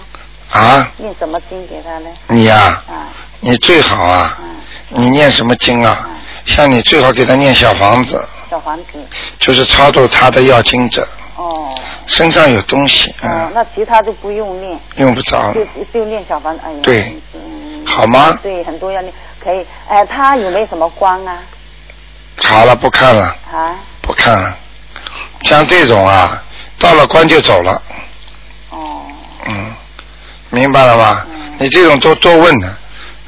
S1: 啊，
S5: 念什么经给他呢？
S1: 你呀、
S5: 啊，
S1: 你最好啊，
S5: 嗯，
S1: 你念什么经啊？像你最好给他念小房子，
S5: 小房子，
S1: 就是超度他的要经者，
S5: 哦，
S1: 身上有东西，
S5: 哦，
S1: 嗯，
S5: 那其他就不用念，
S1: 用不着，
S5: 就就念小房子，哎呀，
S1: 啊对
S5: 嗯，
S1: 好吗？
S5: 对，很多要念，可以，哎，他有没有什么光啊？
S1: 好了，不看了，
S5: 啊，
S1: 不看了。像这种啊，到了关就走了，
S5: 哦，
S1: 嗯，明白了吧？
S5: 嗯
S1: 你这种多多问的，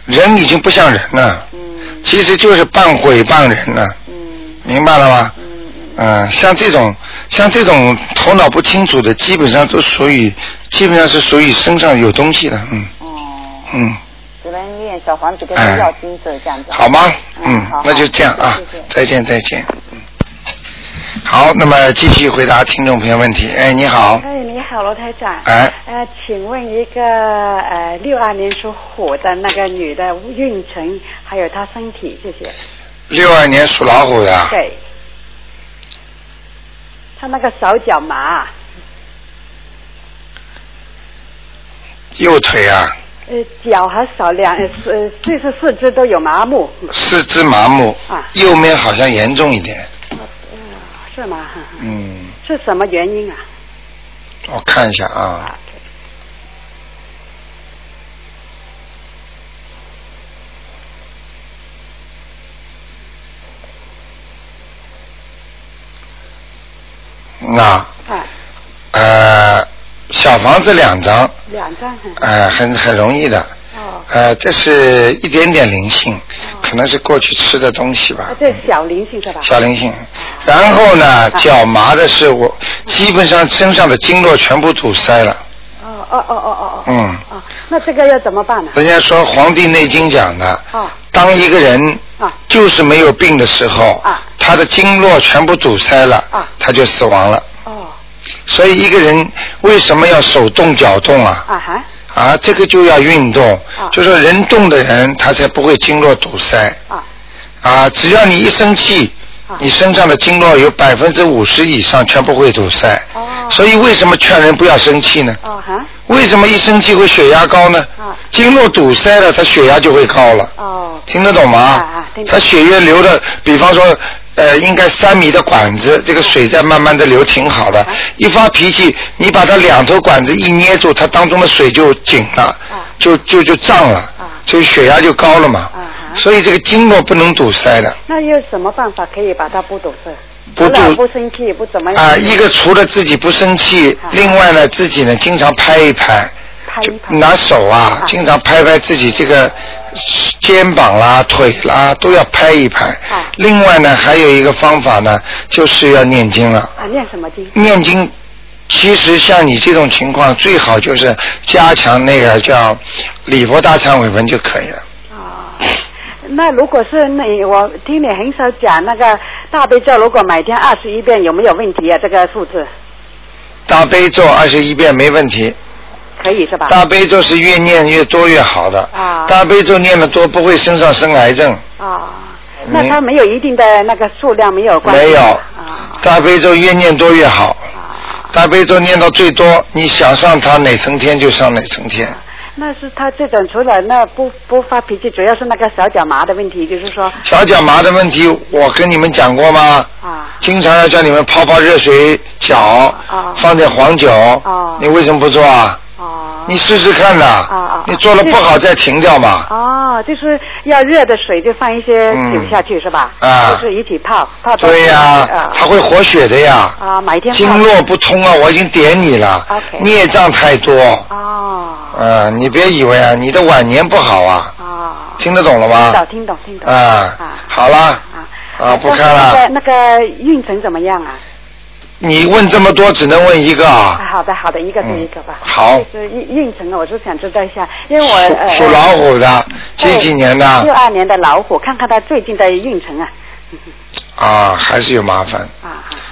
S1: 人已经不像人了，
S5: 嗯
S1: 其实就是半鬼半人了，
S5: 嗯
S1: 明白了吗？
S5: 嗯嗯，
S1: 嗯，像这种像这种头脑不清楚的，基本上都属于，基本上是属于身上有东西的，嗯
S5: 哦，
S1: 嗯，
S5: 只能念小房子跟他要经者这样子。
S1: 好吗？
S5: 嗯
S1: 嗯
S5: 好，
S1: 那就这样啊
S5: 好谢谢，
S1: 再见再见。嗯，好，那么继续回答听众朋友问题。哎，你好，
S6: 哎，你好，罗台长。
S1: 哎，
S6: 呃，请问一个呃六二年属虎的那个女的运程，还有她身体，谢谢。
S1: 六二年属老虎的，啊
S6: 对。她那个手脚麻，
S1: 右腿啊，
S6: 呃，脚和手两呃四就是四肢都有麻木，嗯
S1: 四肢麻木
S6: 啊，
S1: 右面好像严重一点。
S6: 是
S3: [laughs]
S6: 吗？
S1: 嗯，
S6: 是什么原因啊？
S1: 我看一下啊，
S6: 啊，
S1: 那
S3: 哎
S6: 啊，
S1: 呃，小房子两张，哎
S6: 两张。嗯
S1: 呃，很很容易的。
S6: 哦
S1: 呃，这是一点点灵性，可能是过去吃的东西吧
S3: 哦啊，，这小灵性是吧？哦啊
S1: 小灵性。然后呢，脚麻的是我基本上身上的经络全部堵塞了。
S3: 哦哦哦哦哦哦。
S1: 嗯，
S3: 啊，那这个要怎么办呢？
S1: 人家说《黄帝内经》讲的，
S3: 啊
S1: 当一个人
S3: 啊
S1: 就是没有病的时候
S3: 啊，
S1: 他的经络全部堵塞了
S3: 啊，
S1: 他就死亡了。
S3: 哦
S1: 所以一个人为什么要手动脚动啊？
S3: 啊哈
S1: 啊，这个就要运动
S3: 啊，
S1: 就说人动的人，他才不会经络堵塞
S3: 啊
S1: 啊。只要你一生气
S3: 啊，
S1: 你身上的经络有百分之五十以上全部会堵塞。
S3: 哦
S1: 所以为什么劝人不要生气呢？
S3: 哦哈
S1: 为什么一生气会血压高呢
S3: 啊？
S1: 经络堵塞了，他血压就会高了。
S3: 哦
S1: 听得懂
S3: 啊
S1: 吗
S3: 啊听？得
S1: 他
S3: 懂
S1: 血液流的，比方说，呃，应该三米的管子，这个水在慢慢的流，挺好
S3: 啊
S1: 的。一发脾气，你把它两头管子一捏住，它当中的水就紧了，就就就胀了，所以血压就高了嘛。
S3: 啊啊哈，
S1: 所以这个经络不能堵塞的，
S3: 那有什么办法可以把它不堵塞？
S1: 不
S3: 除了
S1: 堵
S3: 不生气，不怎么样
S1: 啊。一个除了自己不生气
S3: 啊，
S1: 另外呢，自己呢经常拍一拍。
S3: 拍
S1: 就
S3: 一拍。
S1: 拿手啊
S3: 啊，
S1: 经常拍拍自己这个肩膀啦、腿啦，都要拍一拍。
S3: 啊
S1: 另外呢，还有一个方法呢，就是要念经了。
S3: 啊，念什么经？
S1: 念经，其实像你这种情况，最好就是加强那个叫礼佛大忏悔文就可以了。
S3: 啊，那如果是你，我听你很少讲那个大悲咒，如果每天二十一遍，有没有问题啊？这个数字
S1: 大悲咒二十一遍没问题，
S3: 可以是吧？
S1: 大悲咒是越念越多越好的。
S3: 啊
S1: 大悲咒念的多不会身上生癌症。
S3: 啊，
S1: 嗯
S3: 那它没有一定的那个数量，没有关系。
S1: 没有
S3: 啊
S1: 大悲咒越念多越好。
S3: 啊，
S1: 大悲咒念到最多，你想上它哪层天就上哪层天。
S3: 那是他这种除了那不不发脾气，主要是那个小脚麻的问题，就是说
S1: 小脚麻的问题，我跟你们讲过吗？
S3: 啊
S1: 经常要叫你们泡泡热水脚
S3: 啊，
S1: 放点黄酒
S3: 啊。
S1: 你为什么不做啊？
S3: 啊。
S1: 你试试看呐
S3: 啊。
S1: 你做了不好再停掉嘛。
S3: 哦，就是要热的水就放一些
S1: 嗯
S3: 酒下去、是吧？
S1: 啊
S3: 就是一起泡泡到
S1: 对呀
S3: 啊，
S1: 它会活血的呀。
S3: 啊，每天泡
S1: 经络不通啊，我已经点你了。
S3: OK
S1: 孽障太多。
S3: 哦
S1: 啊，你别以为啊，你的晚年不好啊。
S3: 哦，
S1: 听得懂了吗？
S3: 听懂听懂听懂
S1: 啊，好啦，
S3: 啊
S1: 啊，不看
S3: 那
S1: 了
S3: 个。那个运程怎么样啊？
S1: 你问这么多，只能问一个
S3: 啊
S1: 啊。
S3: 好的好的，一个对
S1: 嗯
S3: 一个吧。
S1: 好
S3: 就是运运程啊，我就想知道一下，因为我
S1: 属
S3: 呃
S1: 属老啊虎的，几几年
S3: 六
S1: 的？
S3: 二年的老虎，看看他最近的运程啊
S1: 啊，还是有麻烦。
S3: 啊啊。啊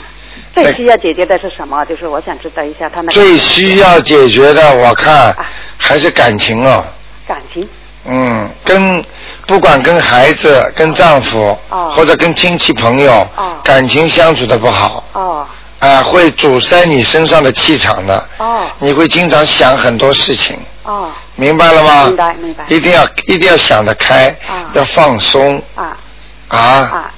S3: 最需要解决的是什么？就是我想知道一下他那个
S1: 最需要解决的，我看
S3: 啊
S1: 还是感情哦。
S3: 感情
S1: 嗯，跟不管跟孩子、跟丈夫，
S3: 哦
S1: 或者跟亲戚朋友
S3: 哦，
S1: 感情相处的不好，
S3: 哦
S1: 啊，会阻塞你身上的气场的。
S3: 哦
S1: 你会经常想很多事情。
S3: 哦
S1: 明白了吗？
S3: 明白明白
S1: 一定要一定要想得开，
S3: 啊
S1: 要放松
S3: 啊
S1: 啊
S3: 啊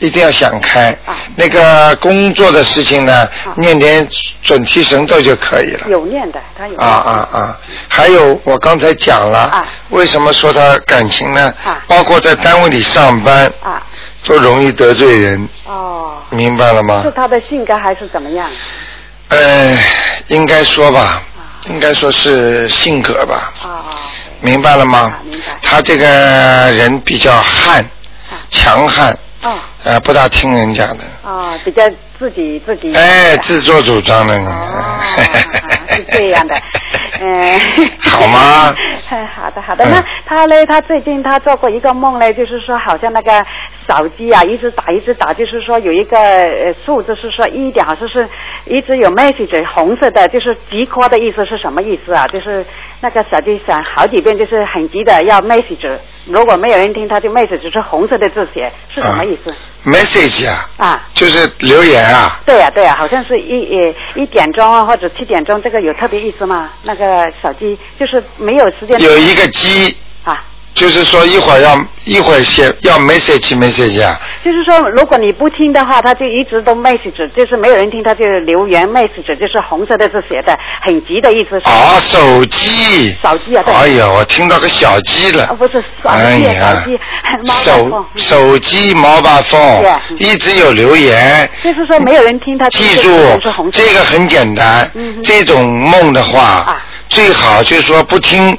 S1: 一定要想开、
S3: 啊
S1: 那个工作的事情呢，念点准提神咒就可以了。
S3: 有念的，他有念
S1: 啊啊啊！还有我刚才讲了，
S3: 啊
S1: 为什么说他感情呢、
S3: 啊
S1: 包括在单位里上班，
S3: 啊
S1: 都容易得罪人，
S3: 哦，
S1: 明白了吗
S3: 是？他的性格还是怎么样？
S1: 呃，应该说吧
S3: 啊，
S1: 应该说是性格吧。
S3: 啊
S1: 明白了吗
S3: 啊？明白啊
S1: 他这个人比较悍，强悍，
S3: 哦
S1: 呃，不大听人家的，
S3: 哦，比较自己自己
S1: 哎，自作主张的。，
S3: 哦，是这样的，嗯
S1: [laughs] 好
S3: [laughs]
S1: 吗？
S3: 好的，好的。
S1: 嗯
S3: 那他嘞，他最近他做过一个梦嘞，就是说好像那个手机啊，一直打一直打，就是说有一个呃数字是说一点，好像是一直有 message 红色的，就是急 call 的意思是什么意思啊？就是那个手机响好几遍，就是很急的要 message，如果没有人听，他就 message 是红色的字写，是什么意思？
S1: Message 啊，
S3: 啊
S1: 就是留言啊，
S3: 对呀、对呀、好像是一呃一点钟啊，或者七点钟，这个有特别意思吗？那个手机就是没有时间
S1: 有一个鸡，
S3: 啊，
S1: 就是说一会儿要一会儿写要 message message 啊，
S3: 就是说如果你不听的话，他就一直都 message，就是没有人听，他就留言 message，就是红色的字写的，很急的意思是。
S1: 啊，手机，
S3: 手机啊对
S1: 哎呀，我听到个小鸡了，
S3: 啊不是手机
S1: 哎呀
S3: 手机猫把
S1: 手
S3: 风
S1: 手机毛把风
S3: 对，
S1: 一直有留言，
S3: 就是说没有人听他就
S1: 记
S3: 是
S1: 住
S3: 是红色的
S1: 这个很简单
S3: 嗯，哼
S1: 这种梦的话
S3: 啊，
S1: 最好就是说不听，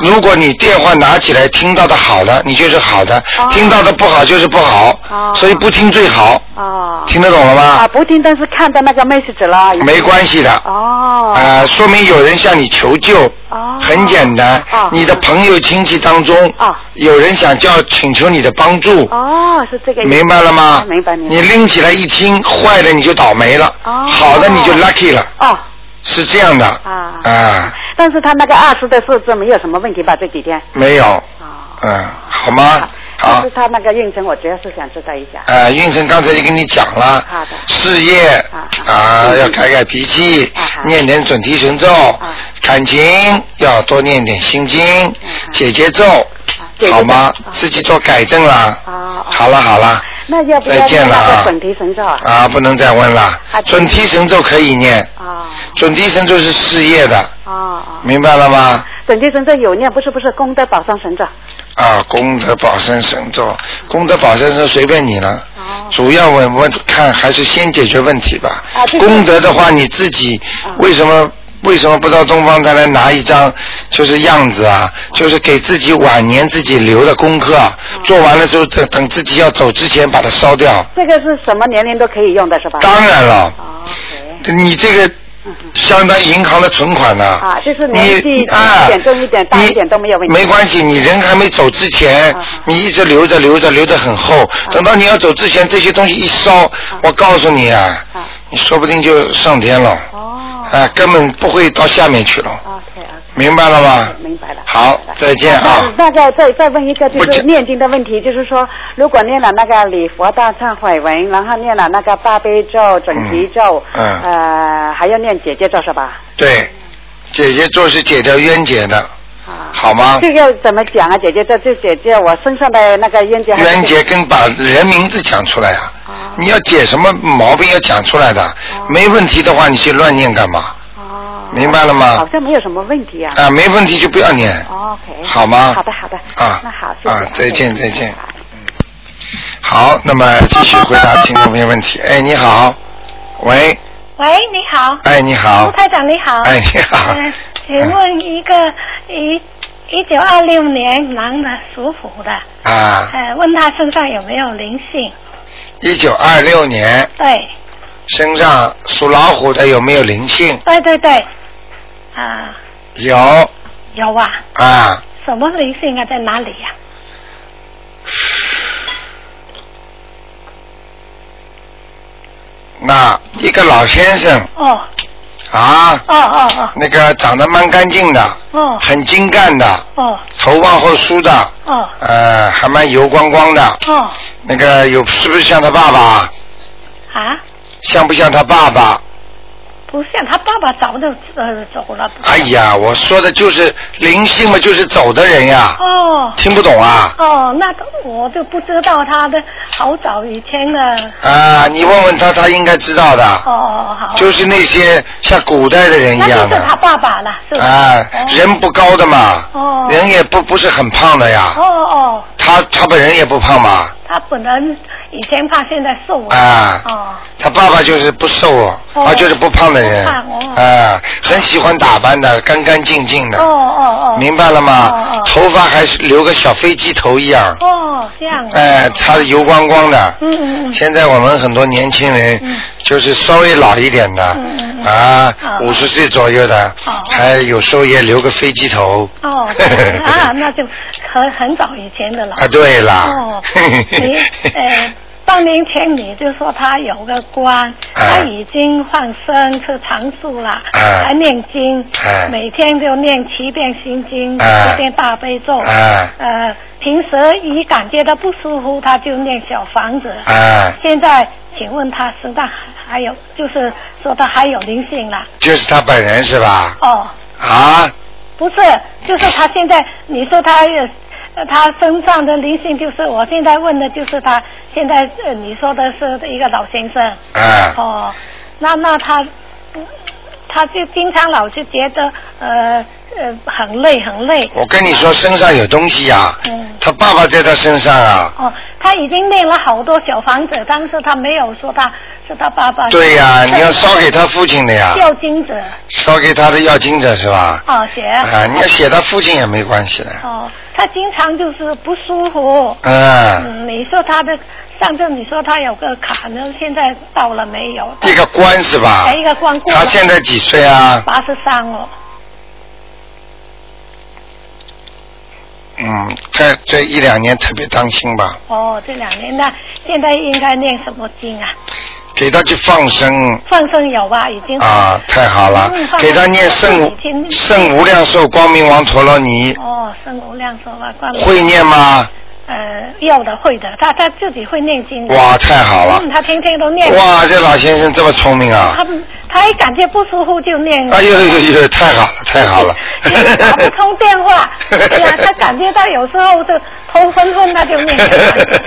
S1: 如果你电话拿起来听到的好的，你就是好的；
S3: 啊
S1: 听到的不好就是不好。所以不听最好。
S6: 哦。
S1: 听得懂了吗？
S6: 啊，不听，但是看到那个 message 了。已经
S1: 没关系的。
S6: 哦。
S1: 啊，说明有人向你求救。哦很简单，
S6: 哦
S1: 你的朋友亲戚当中，有人想叫请求你的帮助。
S6: 哦，是这个意思。
S1: 明白了吗？
S6: 明白明哦白。
S1: 你拎起来一听，坏的你就倒霉了，好的你就 lucky 了，
S6: 哦，
S1: 是这样的。
S6: 啊
S1: 啊，
S6: 但是他那个二十的数字没有什么问题吧？这几天。
S1: 没有。
S6: 哦
S1: 嗯，好吗？
S6: 但
S1: 好
S6: 是。他那个运程，我主要是想知道一下。
S1: 呃，运程刚才就跟你讲了，事业啊
S6: 嗯
S1: 要改改脾气，
S6: 啊
S1: 念点准提神咒，感情要多念点心经，
S6: 嗯
S1: 解结咒，好吗？自己做改正啦。好了好了，
S6: 哦那要不要
S1: 再见了啊
S6: 那个准提神咒啊？啊
S1: 啊，不能再问了。准提神咒可以念，
S6: 哦
S1: 准提神咒是事业的，明白了吗？
S6: 准提神咒有念，不是不是功德宝山神咒。
S1: 啊，功德宝山神咒，功德宝山神咒随便你了。
S6: 嗯
S1: 主要我我看还是先解决问题吧。
S6: 哦啊这个啊
S1: 功德的话，你自己为什么、为什么不到东方再来拿一张就是样子啊？就是给自己晚年自己留的功课，啊
S6: 啊
S1: 做完了之后等等自己要走之前把它烧掉。
S6: 这个是什么年龄都可以用的是吧？
S1: 当然了，
S6: 啊
S1: 你这个相当于银行的存款呢、
S6: 啊，就是
S1: 你
S6: 年纪
S1: 啊
S6: 大一点、重一点、大一点都没有问题。啊
S1: 没关系，你人还没走之前，你一直留着留着留得很厚，等到你要走之前，这些东西一
S6: 啊
S1: 烧，我告诉你啊，你说不定就上天了，
S6: 哦
S1: 啊，根本不会到下面去了，
S3: 哦
S1: 明白了吗？
S6: 明白了。
S1: 好，再见啊！
S6: 大概再再问一个，就
S1: 不
S6: 是
S1: 讲
S6: 念经的问题，就是说，如果念了那个礼佛大忏悔文，然后念了那个大悲咒、准提咒，
S1: 嗯
S6: 呃，还要念姐姐咒是吧？
S1: 对，姐姐做是解掉冤结的，
S6: 啊
S1: 好吗？
S6: 这个怎么讲啊？姐姐咒就姐姐我身上的那个冤结还是。哦
S1: 冤结跟把人名字讲出来啊，你要解什么毛病要讲出来的，没问题的话你去乱念干嘛？明白了吗
S6: 哦好？像没有什么问题啊。
S1: 啊，没问题就不要念。
S6: OK。
S1: 好吗
S6: 好的，好的。
S1: 啊
S6: 那好，谢谢。
S1: 啊，再见再见。嗯好，那么继续回答听众朋友问题。哎，你好，喂，
S7: 喂，你好。
S1: 哎你好
S7: 卢台长你好。
S1: 哎你好
S7: 呃请问一个一一九二六年男的属虎的，
S1: 啊，
S7: 呃，问他身上有没有灵性？
S1: 一九二六年
S7: 对，
S1: 身上属老虎的有没有灵性？
S7: 对对对，啊、
S1: 有
S7: 有啊，
S1: 啊，
S7: 什么灵性啊，在哪里呀、
S1: 那一个老先生
S7: 哦
S1: 啊，
S7: 哦哦
S1: 那个长得蛮干净的，
S7: 哦
S1: 很精干的，
S7: 哦哦
S1: 头往后梳的，
S7: 哦
S1: 呃，还蛮油光光的。
S7: 哦
S1: 那个有是不是像他爸爸？
S7: 啊，
S1: 像不像他爸爸？
S7: 不像他爸爸早就呃走了。
S1: 哎呀，我说的就是灵性嘛，就是走的人呀，
S7: 哦。
S1: 听不懂啊？
S7: 哦，那个我就不知道他的好早以前了。
S1: 啊，你问问他，他应该知道的，
S7: 哦哦好。
S1: 就是那些像古代的人一
S7: 那
S1: 样
S7: 就是他
S1: 的，
S7: 爸爸了，是吧？
S1: 啊，人不高的嘛，
S7: 哦。
S1: 人也不不是很胖的呀
S7: 哦，哦，
S1: 他他本人也不胖嘛，
S7: 他本人以前怕，现在瘦了。
S1: 啊
S7: 哦
S1: 他爸爸就是不瘦哦，
S7: 哦
S1: 啊，就是不胖的人，
S7: 不胖哦
S1: 啊，很喜欢打扮的，干干净净的，
S7: 哦哦哦。
S1: 明白了吗？
S7: 哦哦
S1: 头发还是留个小飞机头一样，
S7: 哦，这样。
S1: 哎、擦的油光光的。
S7: 嗯嗯嗯。
S1: 现在我们很多年轻人，
S7: 嗯
S1: 就是稍微老一点的，啊，五十岁左右的，还有时候也留个飞机头。
S7: 哦，
S1: [laughs]
S7: 啊，那就很很早以前的了。
S1: 啊对啊啦
S7: 哦，你
S1: [laughs]
S7: 呃，半年前你就说他有个官，他已经放生吃长素了，
S1: 啊
S7: 还念经，
S1: 啊
S7: 每天就念七遍心经，
S1: 啊
S7: 七遍嗯大悲咒。
S1: 啊
S7: 呃，平时一感觉到不舒服，他就念小房子。
S1: 啊，
S7: 现在，请问他身上还有，就是说他还有灵性了？
S1: 就是他本人是吧？
S7: 哦，
S1: 啊，
S7: 不是，就是他现在，你说他呃他身上的灵性，就是我现在问的，就是他现在呃你说的是一个老先生。
S1: 啊
S7: 哦，那那他不，他就经常老是觉得呃呃很累很累。
S1: 我跟你说，身上有东西呀、啊
S7: 嗯
S1: 他爸爸在他身上啊。
S7: 哦，他已经念了好多小房子，但是他没有说他是他爸爸。
S1: 对呀、你要烧给他父亲的呀，
S7: 吊金子
S1: 烧给他的要经者是吧？
S7: 啊，写。
S1: 啊，你要写他父亲也没关系的。
S7: 哦，他经常就是不舒服。
S1: 嗯，
S7: 嗯，你说他的上次你说他有个卡呢，现在到了没有？
S1: 这个官是吧
S7: 哎还？一个光棍。
S1: 他现在几岁啊？
S7: 八十三哦，
S1: 嗯，这这一两年特别当心吧，
S7: 哦，这两年呢，现在应该念什么经啊？
S1: 给他去放生
S7: 放生有吧，已经。
S1: 啊，太好了
S7: 嗯放，
S1: 给他念
S7: 生
S1: 圣
S7: 已经
S1: 圣无量寿光明王陀罗尼，
S7: 哦，圣无量寿吧，关
S1: 会念吗？
S7: 呃，要的会的，他他自己会念经的。
S1: 哇，太好了
S7: 嗯，！他天天都念。
S1: 哇，这老先生这么聪明啊！
S7: 他他一感觉不舒服就念。
S1: 哎呦呦呦，太好了，太好了！
S7: 打不通电
S1: [laughs]
S7: 话，哎呀，他感觉到有时候就头昏昏，他就念小房子。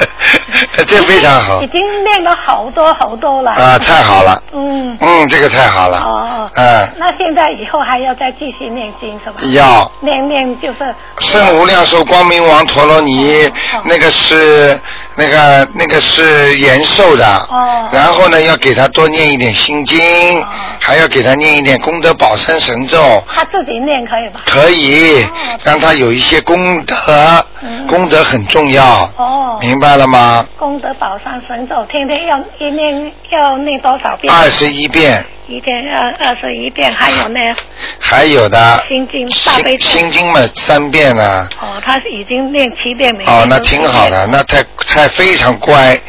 S1: 这非常好
S7: 已经念了好多好多了。
S1: 啊，太好了，
S7: 嗯，
S1: 嗯，这个太好了，
S7: 哦，
S1: 嗯，
S7: 那现在以后还要再继续念经是吧？
S1: 要
S7: 念念就是
S1: 圣无量寿光明王陀罗尼
S7: 哦，
S1: 那个是那个那个是延寿的
S7: 哦，
S1: 然后呢，要给他多念一点心经
S7: 哦，
S1: 还要给他念一点功德宝山神咒，
S7: 他自己念可以吧？
S1: 可以
S7: 哦
S1: 让他有一些功德，
S7: 嗯
S1: 功德很重要，
S7: 哦，
S1: 明白了吗？
S7: 功德宝山神咒天天要一念要念多少遍？
S1: 二十一遍，
S7: 一天二二十一遍，还有呢
S1: 还有的
S7: 心经大悲
S1: 心
S7: 咒。
S1: 心经嘛三遍啊呢、
S7: 哦，他已经念七遍没？
S1: 哦，那挺好的，。那太太非常
S7: [laughs]
S1: 乖，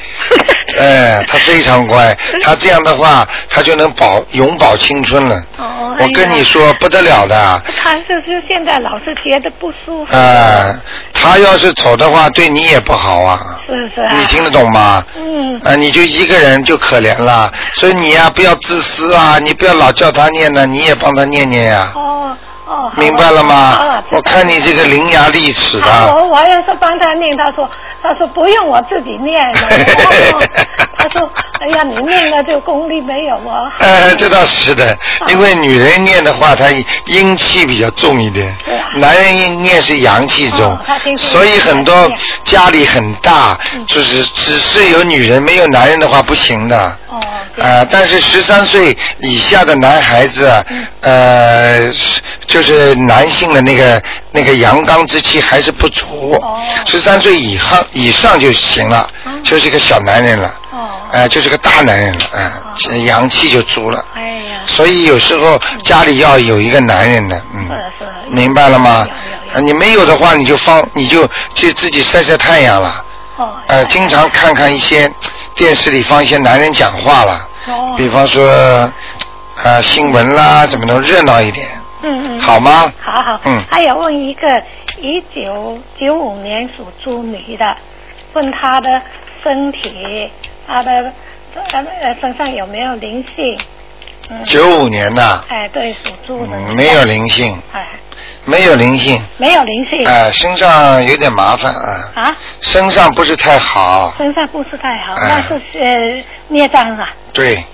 S1: 哎，他非常乖，他这样的话，他就能保永葆青春了。
S7: 哦，
S1: 我
S7: 哎呀
S1: 跟你，说不得了的，
S7: 他就是现在老是觉得不舒服。
S1: 呃，他要是走的话，对你也不好啊，
S7: 是不是啊？
S1: 你听得懂吗？
S7: 嗯，
S1: 啊，你就一个人就可怜了，所以你呀、不要自私啊，你不要老叫他念呢，你也帮他念念呀、
S7: 哦哦，好
S1: 明白了吗
S7: 啊？
S1: 我看你这个伶牙俐齿
S7: 他
S1: 的，
S7: 我我要是帮他念，他说他说不用我自己念，
S1: [laughs]
S7: 我说他说哎呀你念了就功力没有啊。
S1: [laughs] 呃，这倒是的，
S7: 哦
S1: 因为女人念的话，她阴气比较重一点
S7: 对啊，
S1: 男人念是阳气重
S7: 哦她听，说
S1: 所以很多
S7: 是
S1: 家里很大，
S7: 嗯
S1: 就是只是有女人没有男人的话不行的。
S7: 哦，这样
S1: 呃，但是十三岁以下的男孩子，
S7: 嗯
S1: 呃，是就是男性的那个那个阳刚之气还是不足
S7: 哦，嗯
S1: 十三岁以上以上就行了，就是个小男人了，
S7: 哦，
S1: 呃，就是个大男人了，呃，阳气就足了。
S7: 哎呀，
S1: 所以有时候家里要有一个男人的，嗯
S7: 是，啊是，
S1: 明白了吗
S7: 有有？有
S1: 啊你没有的话，你就放，你就去自己晒晒太阳了。
S7: 哦，
S1: 呃，经常看看一些电视里放一些男人讲话了，
S7: 哦，
S1: 比方说呃新闻啦，怎么能热闹一点，
S7: 嗯嗯，
S1: 好吗？
S7: 好好，
S1: 嗯
S7: 还有问一个一九九五年属猪女的，问她的身体，她的她的呃身上有没有灵性？嗯，
S1: 九五年的，
S7: 哎，对，属猪的、
S1: 嗯，没有，灵性，
S7: 哎，
S1: 没有灵性，
S7: 没有灵性、
S1: 呃，身上有点麻烦啊，
S7: 啊，
S1: 身上不是太好，
S7: 身上不是太好，
S1: 哎
S7: 那是呃孽障啊，
S1: 对，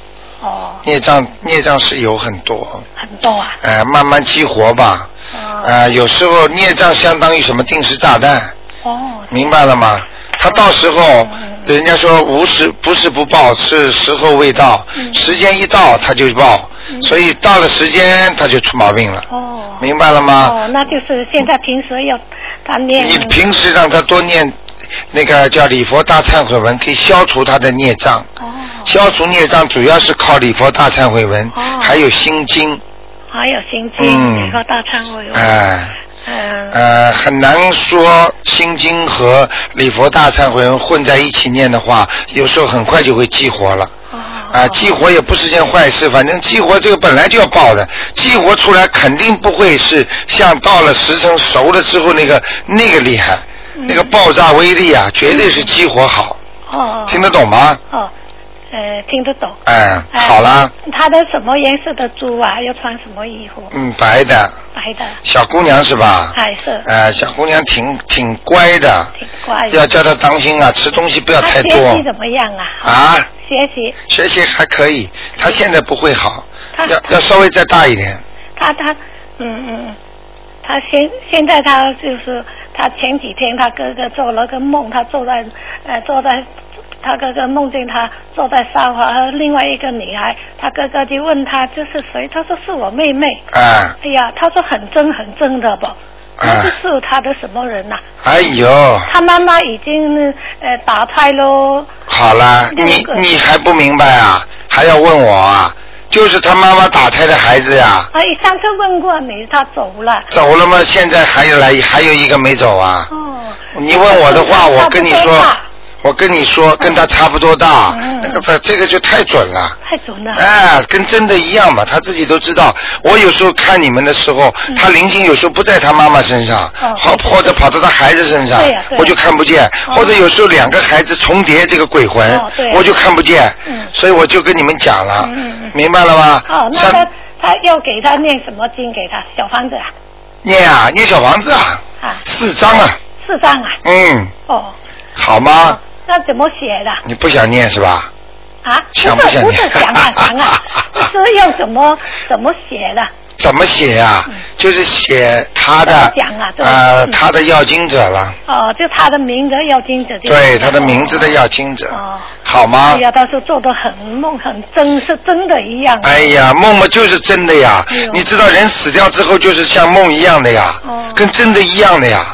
S7: 哦，
S1: 孽障孽障是有很多，
S7: 很多啊，
S1: 呃，慢慢激活吧，
S7: 哦，
S1: 呃，有时候孽障相当于什么定时炸弹，
S7: 哦，
S1: 明白了吗？他到时候，
S7: 嗯
S1: 人家说无时不是不报，是时候未到，
S7: 嗯
S1: 时间一到他就报，所以到了时间他就出毛病了，
S7: 哦，
S1: 明白了吗？
S7: 哦，那就是现在平时要他念，
S1: 你啊平时让他多念那个叫礼佛大忏悔文，可以消除他的孽障。
S7: 哦，
S1: 消除孽障主要是靠礼佛大忏悔文，
S7: 哦
S1: 还有心经，
S7: 还有心经，
S1: 嗯
S7: 一个大忏悔文，
S1: 哎、
S7: 嗯。
S1: 呃，很难说心经和礼佛大忏悔文混在一起念的话，有时候很快就会激活了。啊，
S7: 啊
S1: 激活也不是件坏事，反正激活这个本来就要爆的，激活出来肯定不会是像到了时辰熟了之后那个那个厉害，
S7: 嗯
S1: 那个爆炸威力啊，绝对是激活好，
S7: 哦
S1: 听得懂吗？
S7: 哦，呃，听得懂。
S1: 哎、
S7: 哎
S1: 好啦，
S7: 他的什么颜色的猪啊？要穿什么衣服？
S1: 嗯，白的
S7: 白的，
S1: 小姑娘是吧？
S7: 还是
S1: 哎，小姑娘挺挺乖的，
S7: 挺乖的。
S1: 要叫她当心啊，吃东西不要太
S7: 他
S1: 多
S7: 学习怎么样啊？
S1: 啊。
S7: 学习，
S1: 学习还可以，他现在不会好，
S7: 他
S1: 要要稍微再大一点。
S7: 他他，嗯嗯嗯，他现现在他就是他前几天他哥哥做了个梦，他坐在呃坐在他哥哥梦见他坐在沙发和另外一个女孩，他哥哥就问他这是谁，他说是我妹妹。
S1: 啊，
S7: 哎呀，他说很真很真的不，不
S1: 啊
S7: 是他的什么人呐、
S1: 哎呦，
S7: 他妈妈已经呃打胎喽，
S1: 好了，你你还不明白啊？还要问我啊？就是他妈妈打胎的孩子呀，
S7: 哎，上次问过你，他走了。
S1: 走了吗？现在还有来，还有一个没走啊？
S7: 哦，
S1: 你问我的话，我跟你
S7: 差不多
S1: 说
S7: 大，
S1: 我跟你说，跟他差不多大
S7: 嗯，
S1: 那个这个就太准了。
S7: 太准了。
S1: [laughs] 哎，跟真的一样嘛，他自己都知道。我有时候看你们的时候，他灵性有时候不在他妈妈身上，
S7: 嗯哦
S1: 好或者跑到他孩子身上
S7: 对呀，对呀
S1: 我就看不见。或者有时候两个孩子重叠这个鬼魂
S7: 哦对呀，
S1: 我就看不见
S7: 嗯。
S1: 所以我就跟你们讲了
S7: 嗯嗯嗯，
S1: 明白了
S7: 哦
S1: 吗？，
S7: 那
S1: 像
S7: 他他要给他念什么经给他？小房子啊，
S1: 念啊，念小房子啊，
S7: 啊，
S1: 四张啊，
S7: 四张啊，
S1: 嗯，
S7: 哦，
S1: 好吗
S7: 哦？那怎么写的
S1: 你不想念是吧？
S7: 啊？不
S1: 想不
S7: 是
S1: 想
S7: 不是
S1: 念
S7: 想啊想
S1: [laughs]
S7: 啊，是要怎么怎么写的？
S1: 怎么写呀、啊？就是写他的
S7: 嗯怎么讲啊对
S1: 呃
S7: 嗯
S1: 他的要经者了，
S7: 哦，就他的名字要听着。
S1: 对他的名字的要经者，
S7: 哦
S1: 好吗
S7: 哎？呀，他说做的很梦很真，是真的一样。啊
S1: 哎呀，梦嘛就是真的呀
S7: 哎呦，
S1: 你知道人死掉之后就是像梦一样的呀，
S7: 哦
S1: 跟真的一样的呀，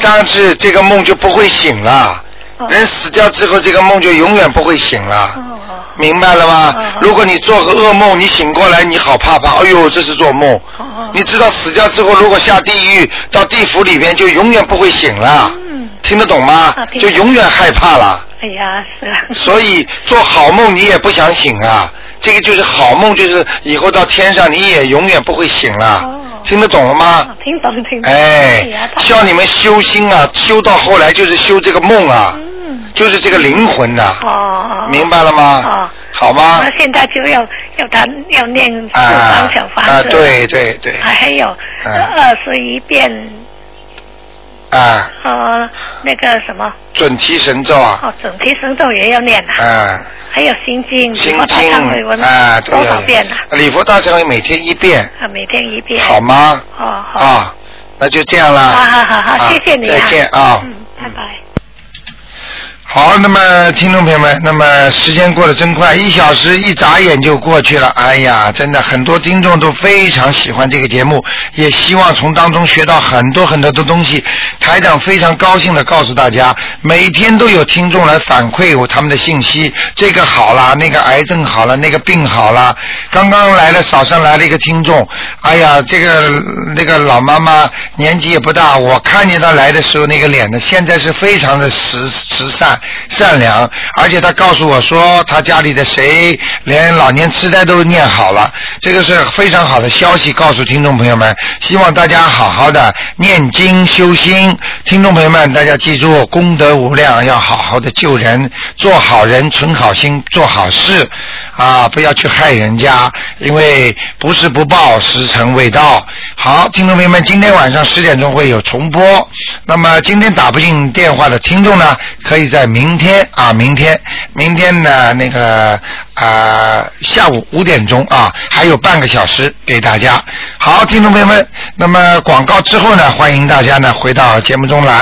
S1: 但是这个梦就不会醒了，
S7: 哦
S1: 人死掉之后这个梦就永远不会醒了。
S7: 哦
S1: 明白了吗
S7: 哦？
S1: 如果你做个噩梦，你醒过来，你好怕怕，哎呦，这是做梦。
S7: 哦
S1: 你知道死掉之后，如果下地狱到地府里面，就永远不会醒了。
S7: 嗯
S1: 听得懂吗
S7: 啊？听
S1: 就
S7: 得
S1: 永远害怕了。
S7: 哎呀，是啊。 [laughs]
S1: 所以做好梦你也不想醒啊，这个就是好梦，就是以后到天上你也永远不会醒了
S7: 哦。
S1: 听得懂了吗
S7: 啊？听懂听懂。
S1: 哎
S7: 呀，他
S1: 叫你们修心啊，修到后来就是修这个梦啊，
S7: 嗯，
S1: 就是这个灵魂呐、
S7: 哦哦。
S1: 明白了吗
S7: 哦？
S1: 好吗？
S7: 那现在就要要他要念四
S1: 啊
S7: 张小哎房子，
S1: 啊，对啊对对，
S7: 还有二十一遍
S1: 啊，
S7: 呃那个什么
S1: 准提神咒啊，
S7: 哦整提神咒也要念啊，
S1: 啊，
S7: 还有心经、礼
S1: 心
S7: 佛大忏悔
S1: 经
S7: 文
S1: 啊，都
S7: 多
S1: 要
S7: 少遍呢？
S1: 礼佛大忏悔每天一遍，
S7: 啊，每天一遍。
S1: 好吗？
S7: 哦好。
S1: 啊，那就这样啦。
S7: 好好好好，
S1: 啊
S7: 谢谢你啊！
S1: 再见啊。
S7: 嗯，拜拜。
S1: 好，那么听众朋友们，那么时间过得真快，一小时一眨眼就过去了。哎呀，真的很多听众都非常喜欢这个节目，也希望从当中学到很多很多的东西。台长非常高兴的告诉大家，每天都有听众来反馈我他们的信息，这个好啦，那个癌症好了，那个病好了。刚刚来了，早上来了一个听众，哎呀，这个那个老妈妈年纪也不大，我看见她来的时候那个脸呢，现在是非常的慈慈善善良，而且她告诉我说，她家里的谁连老年痴呆都念好了，这个是非常好的消息，告诉听众朋友们，希望大家好好的念经修心。听众朋友们，大家记住，功德无量，要好好的救人，做好人，存好心，做好事，啊，不要去害人家，因为不是不报，时辰未到。好，听众朋友们，今天晚上十点钟会有重播。那么今天打不进电话的听众呢，可以在明天啊，明天，明天呢那个啊、下午五点钟啊，还有半个小时给大家。好，听众朋友们，那么广告之后呢，欢迎大家呢回到节目中来。